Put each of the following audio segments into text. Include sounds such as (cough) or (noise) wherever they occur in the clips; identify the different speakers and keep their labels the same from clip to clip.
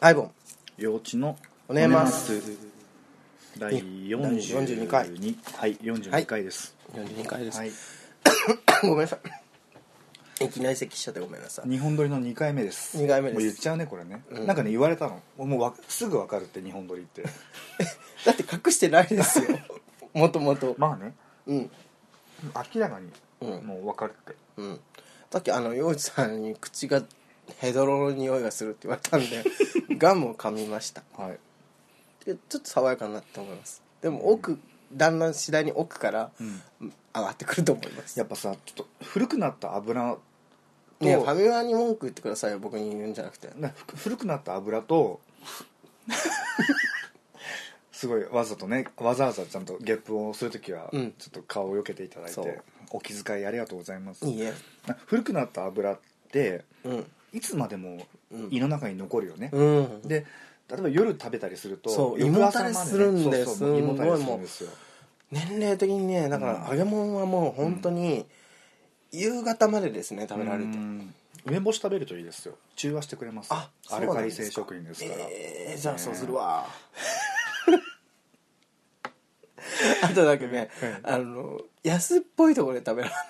Speaker 1: アイボン
Speaker 2: 幼稚の
Speaker 1: おねます
Speaker 2: 第
Speaker 1: 42
Speaker 2: 42
Speaker 1: 回
Speaker 2: はい42回です
Speaker 1: 42回です、
Speaker 2: はい
Speaker 1: (laughs) ごめんなさいいきなり咳しちゃってごめんなさい
Speaker 2: 日本撮りの2回目です
Speaker 1: 二回目です
Speaker 2: もう言っちゃうねこれね
Speaker 1: うん
Speaker 2: なんかね言われたのもうわすぐ分かるって日本撮りって
Speaker 1: だって隠してないですよ (laughs) もともと
Speaker 2: まあね
Speaker 1: うん
Speaker 2: 明らかに
Speaker 1: うん
Speaker 2: もう分かるって
Speaker 1: うんさっきあの洋一さんに口がヘドロの匂いがするって言われた (laughs) んでガムを噛みました
Speaker 2: はい
Speaker 1: でちょっと爽やかになったと思いますでも奥、だんだん次第に奥から
Speaker 2: うん
Speaker 1: 上がってくると思います
Speaker 2: やっぱさちょっと古くなった油
Speaker 1: ねえファ
Speaker 2: と
Speaker 1: ミマに文句言ってくださいよ僕に言うんじゃなくて
Speaker 2: なふく古くなった
Speaker 1: (laughs)
Speaker 2: 油とすごいわざとねわざわざちゃんとゲップをする時はち
Speaker 1: う
Speaker 2: ょ
Speaker 1: ん
Speaker 2: っと顔をよけていただいて、
Speaker 1: そう
Speaker 2: お気遣いありがとうございます
Speaker 1: いいえ
Speaker 2: な古くなった油って
Speaker 1: うん
Speaker 2: いつまでも
Speaker 1: うん
Speaker 2: 胃の中に残るよね、
Speaker 1: うん
Speaker 2: で例えば夜食べたりすると
Speaker 1: そう
Speaker 2: 翌朝ま
Speaker 1: 胃もたれするんだよ
Speaker 2: そうそうもう
Speaker 1: す
Speaker 2: 胃
Speaker 1: んご
Speaker 2: も
Speaker 1: い
Speaker 2: たれするんですよ
Speaker 1: 年齢的にねだから揚げ物はもう本当に夕方までですね食べられ
Speaker 2: う
Speaker 1: て
Speaker 2: ん梅干し食べるといいですよ中和してくれます
Speaker 1: あ
Speaker 2: アルカリ
Speaker 1: そうなんで
Speaker 2: 性
Speaker 1: すか
Speaker 2: 食品ですから
Speaker 1: えーじゃあそうする
Speaker 2: わ
Speaker 1: わあとだけねあの安っぽいところで食べられない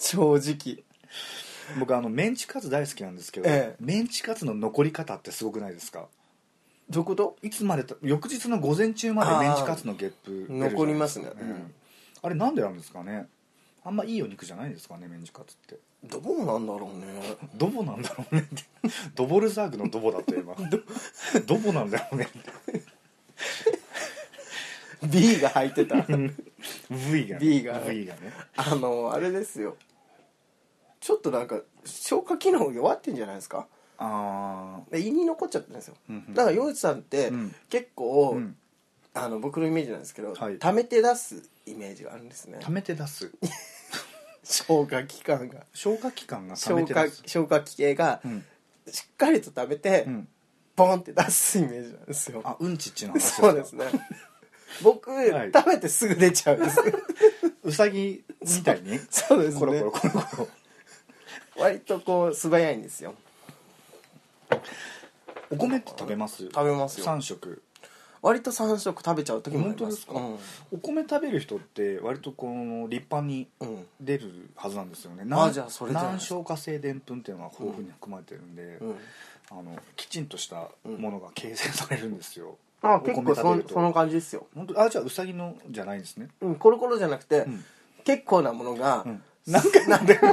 Speaker 1: 正直
Speaker 2: 僕あのメンチカツ大好きなんですけど、
Speaker 1: ええ
Speaker 2: メンチカツの残り方ってすごくないですか
Speaker 1: どういうこと
Speaker 2: いつまでた翌日の午前中までメンチカツのゲップ出るじゃないですか
Speaker 1: 残りますね
Speaker 2: ええ
Speaker 1: うん
Speaker 2: あれなんでなんですかねあんまいいお肉じゃないですかねメンチカツって
Speaker 1: どうなんだろうね
Speaker 2: ドボなんだろうねってドボルザーグのドボだった今ドボなんだろうねって
Speaker 1: B が入ってた
Speaker 2: V がね
Speaker 1: V が
Speaker 2: V がね
Speaker 1: あのあれですよちょっとなんか消化機能弱ってんじゃないですか
Speaker 2: あ
Speaker 1: で胃に残っちゃってるんですよ、
Speaker 2: うんうん
Speaker 1: だから洋一さんって
Speaker 2: うん
Speaker 1: 結構、
Speaker 2: あうん
Speaker 1: あの僕のイメージなんですけど、
Speaker 2: はい
Speaker 1: 溜めて出すイメージがあるんですね
Speaker 2: 溜めて出す
Speaker 1: 消化器官が
Speaker 2: 消化器官が溜め
Speaker 1: 消
Speaker 2: て
Speaker 1: 化
Speaker 2: 出す
Speaker 1: 消化器系が
Speaker 2: うん
Speaker 1: しっかりと溜めて、
Speaker 2: うん
Speaker 1: ボンって出すイメージなんですよ
Speaker 2: あうんちっちの話
Speaker 1: そうですね僕、
Speaker 2: はい
Speaker 1: 食べてすぐ出ちゃうん
Speaker 2: (laughs)
Speaker 1: です
Speaker 2: うさぎみたいに
Speaker 1: そうですね
Speaker 2: コロコロコロコロ
Speaker 1: 割とこう素早いんですよ
Speaker 2: お米って食べます
Speaker 1: 食べますよ
Speaker 2: 3食
Speaker 1: 割と3食食べちゃう時もあ
Speaker 2: 本
Speaker 1: り
Speaker 2: 当
Speaker 1: ま
Speaker 2: ですすか、お米食べる人って割とこの立派に
Speaker 1: うん、うん
Speaker 2: 出るはずなんですよね
Speaker 1: あじゃあそれじゃない
Speaker 2: 難消化性でんぷんっていうのが豊富に含まれてるんで、
Speaker 1: うん
Speaker 2: あのきちんとしたものが形成されるんですよ、
Speaker 1: あ
Speaker 2: お米
Speaker 1: 結構
Speaker 2: 食
Speaker 1: そ
Speaker 2: べる
Speaker 1: ん
Speaker 2: と
Speaker 1: その感じですよ、
Speaker 2: 本当あじゃあうさぎのじゃないんですね
Speaker 1: うん、コロコロじゃなくて、
Speaker 2: ん
Speaker 1: 結構なものが、
Speaker 2: うん
Speaker 1: なんかなんで (laughs)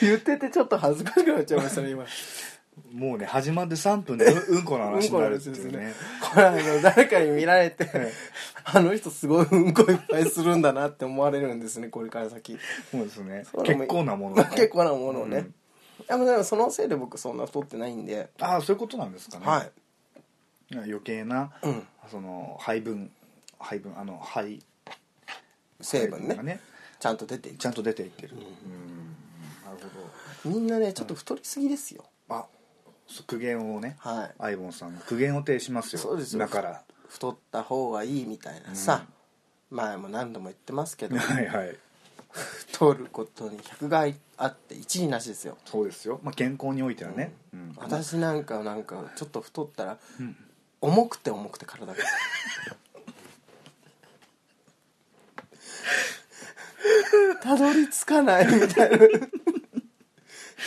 Speaker 1: 言っててちょっと恥ずかしくなっちゃいましたね今
Speaker 2: もうね始まって3分
Speaker 1: (laughs)
Speaker 2: でううんこの話になるっていう
Speaker 1: うんこの話です
Speaker 2: ね
Speaker 1: ねこれあの誰かに見られて、あの人すごいうんこいっぱいするんだなって思われるんですねこれから先
Speaker 2: そうですね
Speaker 1: そう
Speaker 2: 結構なもの
Speaker 1: (laughs) 結構なものをね、
Speaker 2: うん
Speaker 1: でもでもそのせいで僕そんな太ってないんで、
Speaker 2: ああそういうことなんですかね、
Speaker 1: はい
Speaker 2: 余計な、
Speaker 1: うん
Speaker 2: その配分配分あの配
Speaker 1: 成分
Speaker 2: 配
Speaker 1: ね
Speaker 2: がね
Speaker 1: ちゃんと出ていく
Speaker 2: ちゃんと出ていってる、うんなるほ
Speaker 1: みんなねちょっと太りすぎですよ、
Speaker 2: どあそ苦言をね、
Speaker 1: は
Speaker 2: アイボンさんが苦言を呈しますよ
Speaker 1: そうですよ
Speaker 2: だから
Speaker 1: い太った方がいいみたいなさ、前も何度も言ってますけど
Speaker 2: はいはい
Speaker 1: 太ることに百害あって一理なしですよ、
Speaker 2: そうですよ、まあ、健康においてはね、うん
Speaker 1: 私なんかなんかちょっと太ったら、重くて重くて体がたどり着かないみたいな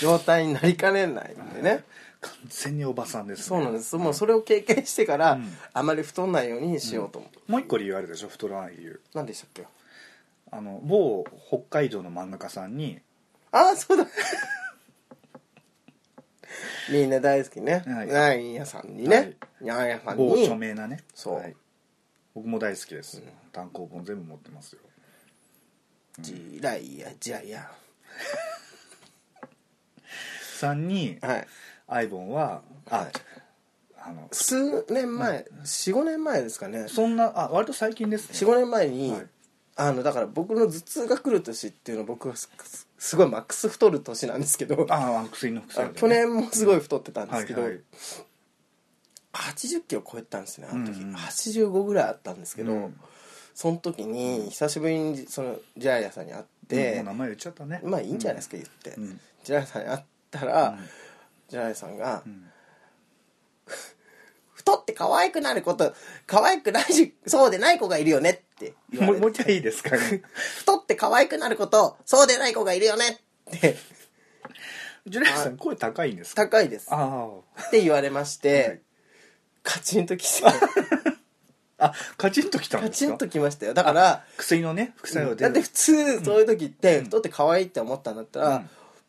Speaker 1: 状態になりかねないんでね
Speaker 2: 完全におばさんです、ね、
Speaker 1: そうなんです、もうそれを経験してから、
Speaker 2: ん
Speaker 1: あまり太んないようにしようと思う、
Speaker 2: もう一個理由あるでしょ太らない理由
Speaker 1: なん、でしたっけ
Speaker 2: あの某北海道の漫画家さんに
Speaker 1: ああそうだみんな大好きね
Speaker 2: はい
Speaker 1: ヤンヤさんにね、ヤンヤさんに
Speaker 2: 某著名なね
Speaker 1: そう
Speaker 2: はい、僕も大好きです、単行本全部持ってますよ
Speaker 1: ジライヤジャイヤ
Speaker 2: さんに
Speaker 1: はい
Speaker 2: アイボンはああの
Speaker 1: 数年前、45年前ですかね
Speaker 2: そんなあ割と最近ですね
Speaker 1: 45年前に、
Speaker 2: はい
Speaker 1: あのだから僕の頭痛が来る年っていうのは僕はすすごいマックス太る年なんですけど
Speaker 2: ああの薬の副作用、
Speaker 1: 去年もすごい太ってたんで
Speaker 2: は
Speaker 1: す
Speaker 2: い
Speaker 1: けど、
Speaker 2: はい
Speaker 1: 80キロ超えてたんですねあの時、
Speaker 2: うんうん
Speaker 1: 85ぐらいあったんですけど、
Speaker 2: うん
Speaker 1: その時に久しぶりにそのジャイアさんに会って、
Speaker 2: もう名前言っちゃったね
Speaker 1: まあいいんじゃないですか、言って、
Speaker 2: うん
Speaker 1: ジャイアさんに会ったら、
Speaker 2: うん
Speaker 1: ジャイアさんが、
Speaker 2: ん
Speaker 1: (laughs) 太って可愛くなること可愛くないしそうでない子がいるよね」って言わ
Speaker 2: も
Speaker 1: れて
Speaker 2: うもう一回いいですか
Speaker 1: (laughs)
Speaker 2: ね
Speaker 1: 太って可愛くなることそうでない子がいるよね」って
Speaker 2: ジュライさん声高いんですか
Speaker 1: 高いです
Speaker 2: ああ
Speaker 1: って言われまして、
Speaker 2: はい
Speaker 1: カチンときて
Speaker 2: あカチンときたん
Speaker 1: カ
Speaker 2: です
Speaker 1: チ
Speaker 2: か
Speaker 1: ンときましたよだから
Speaker 2: 薬のね副作用
Speaker 1: だ
Speaker 2: で
Speaker 1: って普通そういう時って太って可愛いって思ったんだったら、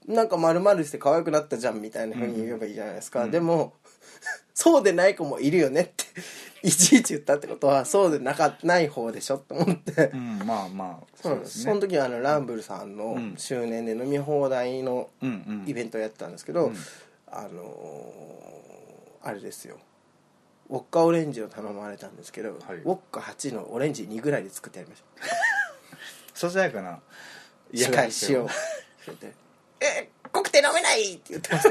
Speaker 1: なんか丸々して可愛くなったじゃんみたいなふうに言えばいいじゃないですか、でも (laughs) そうでない子もいるよねって (laughs) いちいち言ったってことはそうでなかない方でしょと思って、
Speaker 2: うんまあまあ
Speaker 1: そうなんですその時はあのランブルさんの
Speaker 2: ん
Speaker 1: 周年で飲み放題の
Speaker 2: うんうん
Speaker 1: イベントをやってたんですけど、
Speaker 2: うん
Speaker 1: あのーあれですよウォッカオレンジを頼まれたんですけど、
Speaker 2: はい
Speaker 1: ウォッカ8のオレンジ2ぐらいで作ってやりました
Speaker 2: ささやかな
Speaker 1: 司会しようって「え濃くて飲めない!」って言ってました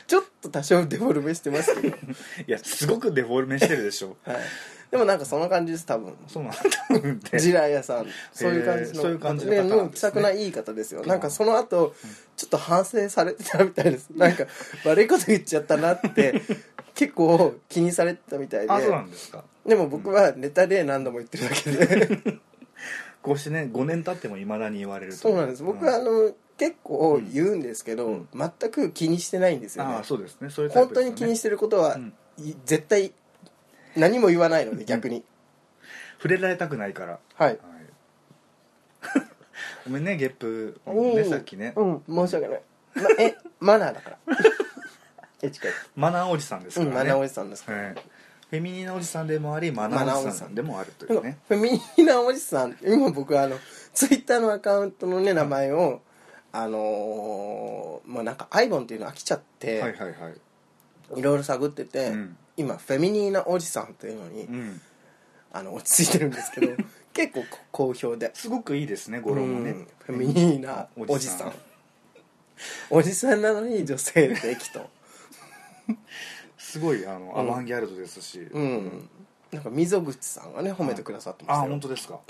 Speaker 1: (laughs) ちょっと多少デフォルメしてますけ (laughs) ど、
Speaker 2: いやすごくデフォルメしてるでしょ (laughs)
Speaker 1: はい、でもなんかその感じです多分
Speaker 2: そうなんだうんって
Speaker 1: ジラヤさんそういう感じの
Speaker 2: そういう感じの方なんですね
Speaker 1: もう気さくないい方ですよなんかその後ちょっと反省されてたみたい (laughs) ですなんか悪いこと言っちゃったなって (laughs) 結構気にされてたみたいで
Speaker 2: あそうなんですか
Speaker 1: でも僕はネタで何度も言ってるだけで
Speaker 2: こうしてね5年経ってもいまだに言われると
Speaker 1: そうなんです僕はあの結構言うんですけど、
Speaker 2: うん
Speaker 1: 全く気にしてないんですよね
Speaker 2: ああそうですねそういうタイ
Speaker 1: 本
Speaker 2: プ
Speaker 1: 当に気にしててることは、
Speaker 2: うん
Speaker 1: い絶対何も言わないので逆に、
Speaker 2: 触れられたくないから
Speaker 1: はい
Speaker 2: はい (laughs) ごめんねゲップ
Speaker 1: う
Speaker 2: ね
Speaker 1: ん
Speaker 2: さっきね
Speaker 1: うん申し訳ない、ま、えマナーだ
Speaker 2: (laughs)
Speaker 1: からエチケッ
Speaker 2: マナーおじさんです
Speaker 1: ト、
Speaker 2: か
Speaker 1: う
Speaker 2: ら
Speaker 1: ん
Speaker 2: ね
Speaker 1: マナーおじさんですから、
Speaker 2: はいフェミニーなおじさんでもありマナーおじさんでもあるとい
Speaker 1: なん
Speaker 2: う
Speaker 1: か
Speaker 2: ね
Speaker 1: フェミニなおじさん今僕はあのツイッターのアカウントのね名前を、あのー、まあなんかアイボンっていうの飽きちゃって、
Speaker 2: は
Speaker 1: い
Speaker 2: いはいはい
Speaker 1: ろいろ探ってて、
Speaker 2: うん
Speaker 1: 今フェミニーなおじさんというのに、
Speaker 2: うん
Speaker 1: あの落ち着いてるんですけ
Speaker 2: (laughs)
Speaker 1: ど結構好評です
Speaker 2: ごくいいですね語呂もね
Speaker 1: うんフェミニーなおじさんおじさんなのに女性的
Speaker 2: (laughs)
Speaker 1: と
Speaker 2: すごいあのア
Speaker 1: うん
Speaker 2: バンギャルドですし
Speaker 1: うんなんか溝口さんがね褒めてくださってまし
Speaker 2: あ
Speaker 1: たよ
Speaker 2: 本
Speaker 1: (laughs)
Speaker 2: 当ですか
Speaker 1: はい、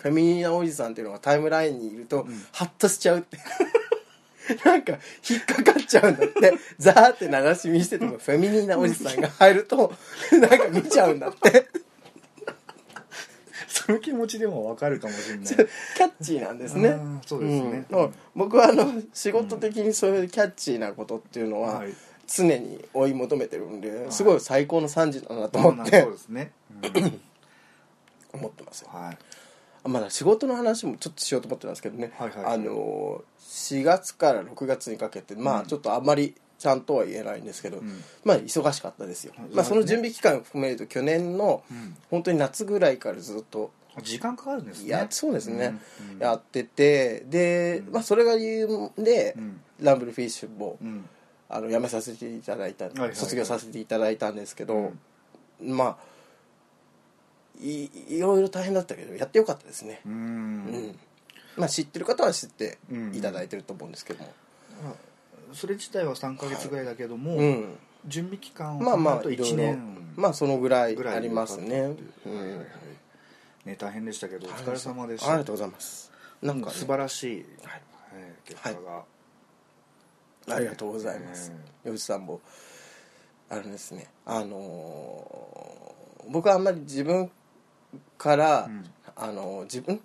Speaker 1: フェミニーなおじさんっていうのがタイムラインにいると、ハッとしちゃうって (laughs) なんか引っかかっちゃうんだってザーって流し見しててもフェミニーなおじさんが入るとなんか見ちゃうんだって
Speaker 2: その気持ちでもわかるかもしれない
Speaker 1: キャッチーなんですね
Speaker 2: あーそうですね
Speaker 1: うんうん僕はあの仕事的にそういうキャッチーなことっていうのは
Speaker 2: はい
Speaker 1: 常に追い求めてるんですごい最高の惨事だなと思っ
Speaker 2: まあ
Speaker 1: て
Speaker 2: そうですねうん
Speaker 1: 思ってますよ
Speaker 2: はい
Speaker 1: まだ仕事の話もちょっとしようと思ってたんですけどね、
Speaker 2: はいはいはい
Speaker 1: あの4月から6月にかけてまあちょっとあんまりちゃんとは言えないんですけど、
Speaker 2: ん
Speaker 1: まあ忙しかったですよ、
Speaker 2: はい
Speaker 1: まあ、その準備期間を含めると去年の
Speaker 2: ん
Speaker 1: 本当に夏ぐらいからずっと
Speaker 2: 時間かかるんですね
Speaker 1: いやそうですね、
Speaker 2: うん
Speaker 1: やっててで、まあ、それが理由で、
Speaker 2: うん
Speaker 1: ランブルフィッシュも、
Speaker 2: うん
Speaker 1: あの辞めさせていただいた、
Speaker 2: いはいはい
Speaker 1: 卒業させていただいたんですけど、まあいいろいろ大変だったけどやってよかったですね
Speaker 2: う、
Speaker 1: うん
Speaker 2: ん
Speaker 1: まあ、知ってる方は知っていただいてると思うんですけども、
Speaker 2: それ自体は3か月ぐらいだけども、
Speaker 1: うん
Speaker 2: 準備期間を
Speaker 1: まあまあ
Speaker 2: 考え
Speaker 1: い
Speaker 2: ると
Speaker 1: ろ
Speaker 2: 1
Speaker 1: いろ
Speaker 2: 年
Speaker 1: まあそのぐらい
Speaker 2: ぐらい
Speaker 1: ありますね、う
Speaker 2: はいはいはい
Speaker 1: ん、
Speaker 2: ね大変でしたけどお疲れ様でし
Speaker 1: あ
Speaker 2: た
Speaker 1: りがとうございますなんか、ね
Speaker 2: 素晴らしい、
Speaker 1: は
Speaker 2: はいい結果が、
Speaker 1: ありがとうございます
Speaker 2: ね。
Speaker 1: 吉さんもあれですね。あのー僕はあんまり自分から、
Speaker 2: うん
Speaker 1: あのー自分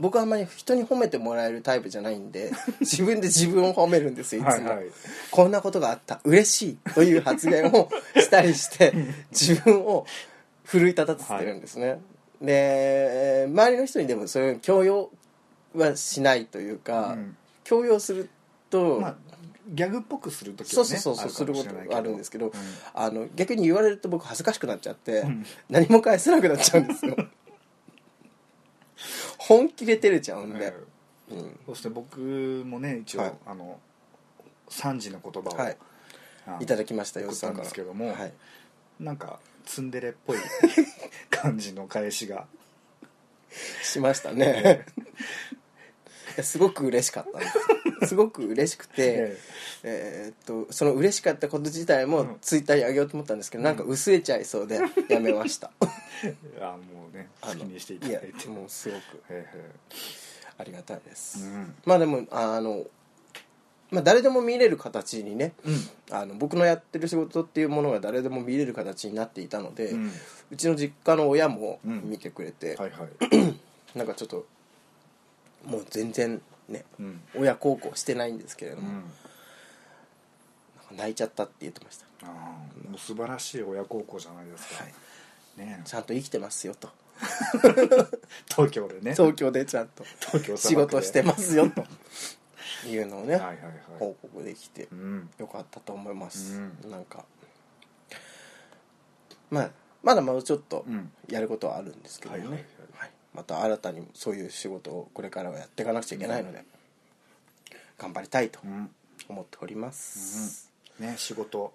Speaker 1: 僕はあんまり人に褒めてもらえるタイプじゃないん
Speaker 2: (laughs)
Speaker 1: で自分で自分を褒めるんですよいつも
Speaker 2: はいはい
Speaker 1: こんなことがあった嬉しいという発言をしたりして
Speaker 2: (laughs)
Speaker 1: 自分を奮い立たせてるんですね、で周りの人にでもそういう強要はしないというか、
Speaker 2: うん
Speaker 1: 強要すると、
Speaker 2: まあギャグっぽくするとき
Speaker 1: そ
Speaker 2: は、
Speaker 1: う
Speaker 2: ね、
Speaker 1: そうそうそうすることがあるんですけど、
Speaker 2: うん
Speaker 1: あの逆に言われると僕恥ずかしくなっちゃって、何も返せなくなっちゃうんですよ (laughs) 本気で照れちゃうんで、
Speaker 2: はい
Speaker 1: うん
Speaker 2: そして僕もね一応、
Speaker 1: はい
Speaker 2: あの3時の言葉を、
Speaker 1: はい
Speaker 2: あの
Speaker 1: いただきましたよ
Speaker 2: 送ったんですけども
Speaker 1: はい、
Speaker 2: なんかツンデレっ
Speaker 1: (laughs)
Speaker 2: ぽい感じの返しが
Speaker 1: (laughs) しましたねいやすごく嬉しかったんですすごく嬉しくて
Speaker 2: え、
Speaker 1: えーっとその嬉しかったこと自体
Speaker 2: うん
Speaker 1: もツイッターにあげようと思ったんですけど、なんか薄れちゃいそうでやめま
Speaker 2: (laughs)
Speaker 1: した
Speaker 2: あもうね好
Speaker 1: あの
Speaker 2: きにしていただいて
Speaker 1: やもうすごく
Speaker 2: へえ
Speaker 1: ありがたいです、
Speaker 2: うん
Speaker 1: まあでもあの、まあ、誰でも見れる形にね、
Speaker 2: へえ
Speaker 1: あの僕のやってる仕事っていうものが誰でも見れる形になっていたので、
Speaker 2: うん
Speaker 1: うちの実家の親も
Speaker 2: うん
Speaker 1: 見てくれて、
Speaker 2: はいはい
Speaker 1: (coughs) なんかちょっともう全然ね
Speaker 2: うん
Speaker 1: 親孝行してないんですけれど
Speaker 2: う
Speaker 1: も、
Speaker 2: ん
Speaker 1: なんか泣いちゃったって言ってました
Speaker 2: あーもう素晴らしい親孝行じゃないですか、
Speaker 1: はい
Speaker 2: ねえ
Speaker 1: ちゃんと生きてますよと
Speaker 2: 東京でね
Speaker 1: 東京でちゃん
Speaker 2: (laughs)
Speaker 1: と
Speaker 2: 東京
Speaker 1: 仕
Speaker 2: 砂漠
Speaker 1: 事
Speaker 2: で
Speaker 1: してますよ
Speaker 2: (laughs)
Speaker 1: というのをね、
Speaker 2: はいはいはい
Speaker 1: 報告できて
Speaker 2: うん
Speaker 1: よかったと思います、
Speaker 2: う
Speaker 1: なんかまあまだまだちょっと
Speaker 2: うん
Speaker 1: やることはあるんですけどね、
Speaker 2: はいはいはい
Speaker 1: はいまた新たにそういう仕事をこれからはやっていかなくちゃいけないので、頑張りたいと
Speaker 2: うん
Speaker 1: 思っております、
Speaker 2: ね仕事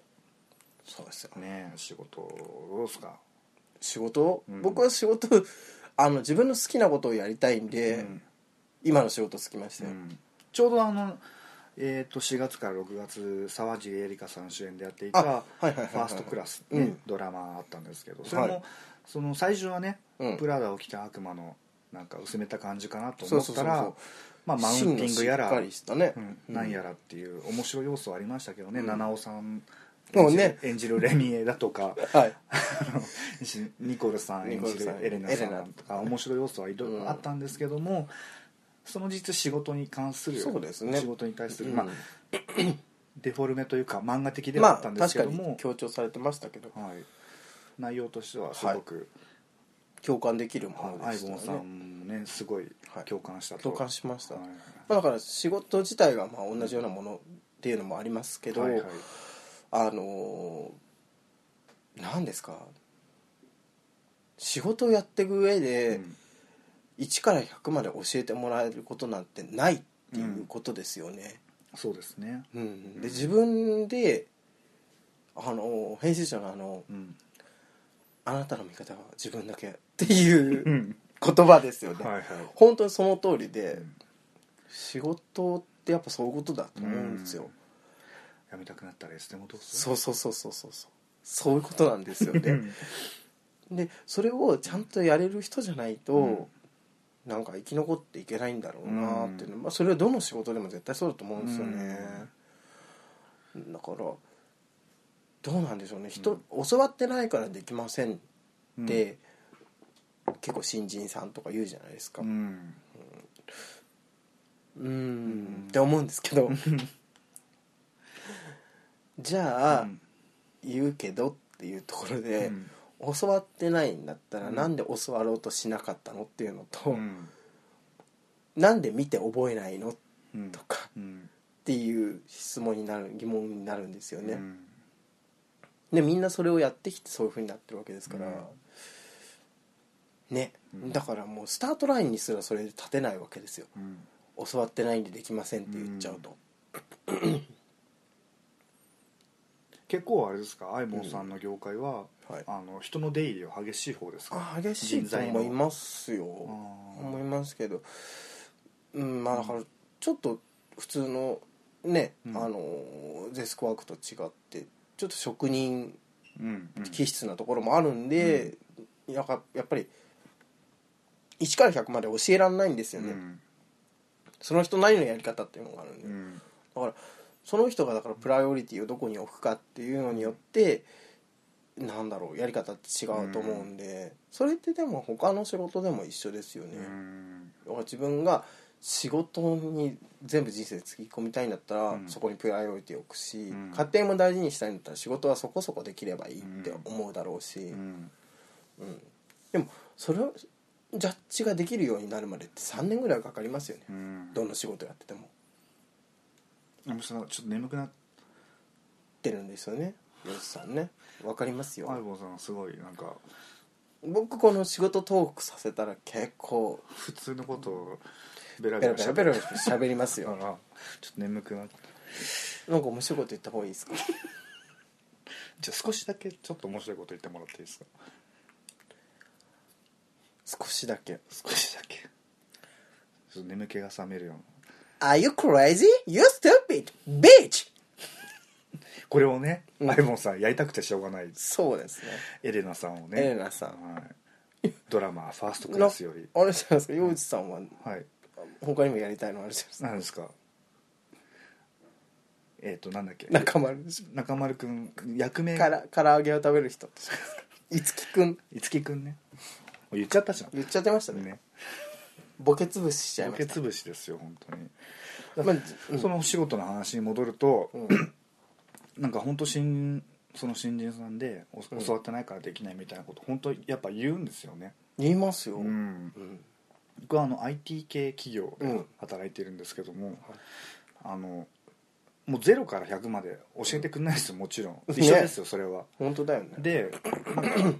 Speaker 1: そうですよね
Speaker 2: ねえ仕事どうですか
Speaker 1: 仕事を、
Speaker 2: うん
Speaker 1: 僕は仕事あの自分の好きなことをやりたいんで、
Speaker 2: うん
Speaker 1: 今の仕事つきました
Speaker 2: う
Speaker 1: よ、
Speaker 2: んちょうどあのえー、と4月から6月沢尻エリカさん主演でやっていた
Speaker 1: あ
Speaker 2: 「
Speaker 1: はいはい
Speaker 2: フ
Speaker 1: はいはい
Speaker 2: ァーストクラス」
Speaker 1: う
Speaker 2: ね
Speaker 1: ん
Speaker 2: ドラマあったんですけどそれも、
Speaker 1: はい
Speaker 2: その最初はね、
Speaker 1: うん
Speaker 2: プラダを着た悪魔のなんか薄めた感じかなと
Speaker 1: そう
Speaker 2: 思っ
Speaker 1: そうそう
Speaker 2: た
Speaker 1: そう
Speaker 2: らまあマウンティングやら
Speaker 1: しっかりしたね、
Speaker 2: うん、なんやらっていう面白い要素はありましたけどね、
Speaker 1: うん
Speaker 2: 七尾さん
Speaker 1: も
Speaker 2: 演
Speaker 1: う
Speaker 2: じる,、
Speaker 1: ね
Speaker 2: 演じるレミエだとか
Speaker 1: はい
Speaker 2: あのし (laughs) ニコルさん演
Speaker 1: ニ
Speaker 2: じ
Speaker 1: コル
Speaker 2: る
Speaker 1: さん
Speaker 2: エレナさ
Speaker 1: エレナ
Speaker 2: んとか面白い要素はいろいろあったんですけども、その実仕事に関する
Speaker 1: そうですね
Speaker 2: 仕事に対する、
Speaker 1: うん
Speaker 2: まあ、 (clears throat) デフォルメというか漫画的ではあ
Speaker 1: ま
Speaker 2: った
Speaker 1: あ
Speaker 2: んで
Speaker 1: 確
Speaker 2: すけ
Speaker 1: か
Speaker 2: ど
Speaker 1: に
Speaker 2: も、
Speaker 1: 強調されてましたけど
Speaker 2: はい、内容としてはすごく、
Speaker 1: 共感できる
Speaker 2: は
Speaker 1: も
Speaker 2: い
Speaker 1: の
Speaker 2: ア
Speaker 1: で
Speaker 2: イ
Speaker 1: した
Speaker 2: ボ
Speaker 1: よ
Speaker 2: ンさ
Speaker 1: ね
Speaker 2: んもねすごい
Speaker 1: はい
Speaker 2: 共感したと、
Speaker 1: 共感しました、
Speaker 2: はい
Speaker 1: まあ、だから仕事自体がまあ同じようなものっていうのもありますけど、
Speaker 2: はいはい
Speaker 1: あのー何ですか仕事をやっていく上で、
Speaker 2: うん
Speaker 1: 1から100まで教えてもらえることなんてないっていうことですよね、
Speaker 2: そうですね、
Speaker 1: うんで自分であの編集者のあの、
Speaker 2: うん
Speaker 1: あなたの味方は自分だけっていう
Speaker 2: う
Speaker 1: 言
Speaker 2: ん、
Speaker 1: 葉ですよね、
Speaker 2: はいはい
Speaker 1: 本当にその通りで、
Speaker 2: ん
Speaker 1: 仕事ってやっぱそういうことだと思うんですよ、
Speaker 2: うんやめたくなったらいつでもどうぞ
Speaker 1: そうそうそうそうそうそうそういうことなんですよねでそれをちゃんとやれる人じゃないと、
Speaker 2: うん
Speaker 1: なんか生き残っていけないんだろうなっていうの、まあ、それはどの仕事でも絶対そうだと思うんですよね、だからどうなんでしょうね人、教わってないからできませんって、結構新人さんとか言うじゃないですか
Speaker 2: う、ん
Speaker 1: うーんって思うんですけど (laughs) じゃあ、
Speaker 2: うん
Speaker 1: 言うけどっていうところで、
Speaker 2: うん
Speaker 1: 教わってないんだったら、
Speaker 2: うん
Speaker 1: なんで教わろうとしなかったのっていうのと、
Speaker 2: うん
Speaker 1: なんで見て覚えないの
Speaker 2: うん
Speaker 1: とかっ
Speaker 2: うん
Speaker 1: ていう質問になる疑問になるんですよね、
Speaker 2: うん
Speaker 1: でみんなそれをやってきてそういうふうになってるわけですから、
Speaker 2: うん
Speaker 1: ね、
Speaker 2: うん
Speaker 1: だからもうスタートラインにすらそれで立てないわけですよ
Speaker 2: うん
Speaker 1: 教わってないんでできませんって言っちゃうと、
Speaker 2: 結構あれですかあいもんさんの業界は、
Speaker 1: はい
Speaker 2: あの人の出入りは激しい方ですか
Speaker 1: あ激しいと思いますよ
Speaker 2: あー
Speaker 1: 思いますけどうんまあだからちょっと普通のね、
Speaker 2: うん
Speaker 1: あのデスクワークと違ってちょっと職人
Speaker 2: うんうん
Speaker 1: 気質なところもあるんで、やっぱやっぱり1から100まで教えられないんですよね、
Speaker 2: うん
Speaker 1: その人なりのやり方っていうのがあるんで、
Speaker 2: う
Speaker 1: だ
Speaker 2: ん
Speaker 1: からその人がだからプライオリティをどこに置くかっていうのによってなんだろうやり方って違うと思うんで、それってでも他の仕事でも一緒ですよね、
Speaker 2: うん
Speaker 1: だから自分が仕事に全部人生つぎ込みたいんだったら、
Speaker 2: うん
Speaker 1: そこにプライオリティを置くし、
Speaker 2: ん
Speaker 1: 家庭も大事にしたいんだったら仕事はそこそこできればいいって思うだろうし、
Speaker 2: うん
Speaker 1: でもそれをジャッジができるようになるまでって3年ぐらいはかかりますよね、
Speaker 2: うん
Speaker 1: どの仕事やってても
Speaker 2: あいもんさんちょっと眠くなっ
Speaker 1: ってるんですよねヨシさんねわかります
Speaker 2: あい
Speaker 1: よ
Speaker 2: もんさんすごいなんか
Speaker 1: 僕この仕事トークさせたら結構
Speaker 2: 普通のことをベラ
Speaker 1: ペ
Speaker 2: ベ
Speaker 1: ラ
Speaker 2: ラ
Speaker 1: ペ
Speaker 2: し
Speaker 1: ラ
Speaker 2: ゃ
Speaker 1: ペ
Speaker 2: べ
Speaker 1: ラ
Speaker 2: る
Speaker 1: ペラ喋りますよ
Speaker 2: あらちょっと眠くなった
Speaker 1: なんか面白いこと言った方がいいですか
Speaker 2: じゃあ少しだけちょっと面白いこと言ってもらっていいですか
Speaker 1: 少しだけ
Speaker 2: 少しだけちょっと眠気が覚めるような
Speaker 1: Are you crazy? You stupid bitch!
Speaker 2: これをね、
Speaker 1: うん
Speaker 2: アイボンさんやりたくてしょうがない
Speaker 1: そうですね。
Speaker 2: エレナさんをね
Speaker 1: エレナさん
Speaker 2: はい、ドラマ「ファーストク
Speaker 1: のあれ
Speaker 2: ラス」
Speaker 1: じ
Speaker 2: よ
Speaker 1: ゃ
Speaker 2: り
Speaker 1: ないですか、洋一さんは、
Speaker 2: はい
Speaker 1: 他にもやりたいのあるじゃないですか。
Speaker 2: 何ですかえっ、となんだっけ
Speaker 1: 中丸でし
Speaker 2: 中丸くん役名
Speaker 1: ょ。から、唐揚げを食べる人って。いつきくん。
Speaker 2: いつきくんね言っちゃったじゃん
Speaker 1: 言っちゃってましたね。
Speaker 2: ね
Speaker 1: ボケ潰ししちゃい
Speaker 2: ボ
Speaker 1: ま
Speaker 2: ケ
Speaker 1: し
Speaker 2: 潰しですよ本当に
Speaker 1: た。まあ、じうん
Speaker 2: そのお仕事の話に戻ると、
Speaker 1: うん
Speaker 2: なんか本当新その新人さんでお教わってないからできないみたいなこと本当やっぱ言うんですよね、
Speaker 1: 言いますよ。
Speaker 2: う
Speaker 1: う
Speaker 2: ん
Speaker 1: ん
Speaker 2: 僕はあの IT 系企業
Speaker 1: う
Speaker 2: で
Speaker 1: ん
Speaker 2: 働いてるんですけども、あのもう0から100まで教えてくれないですよもちろん
Speaker 1: ね
Speaker 2: 一緒ですよそれは
Speaker 1: 本当だよね。
Speaker 2: でなんか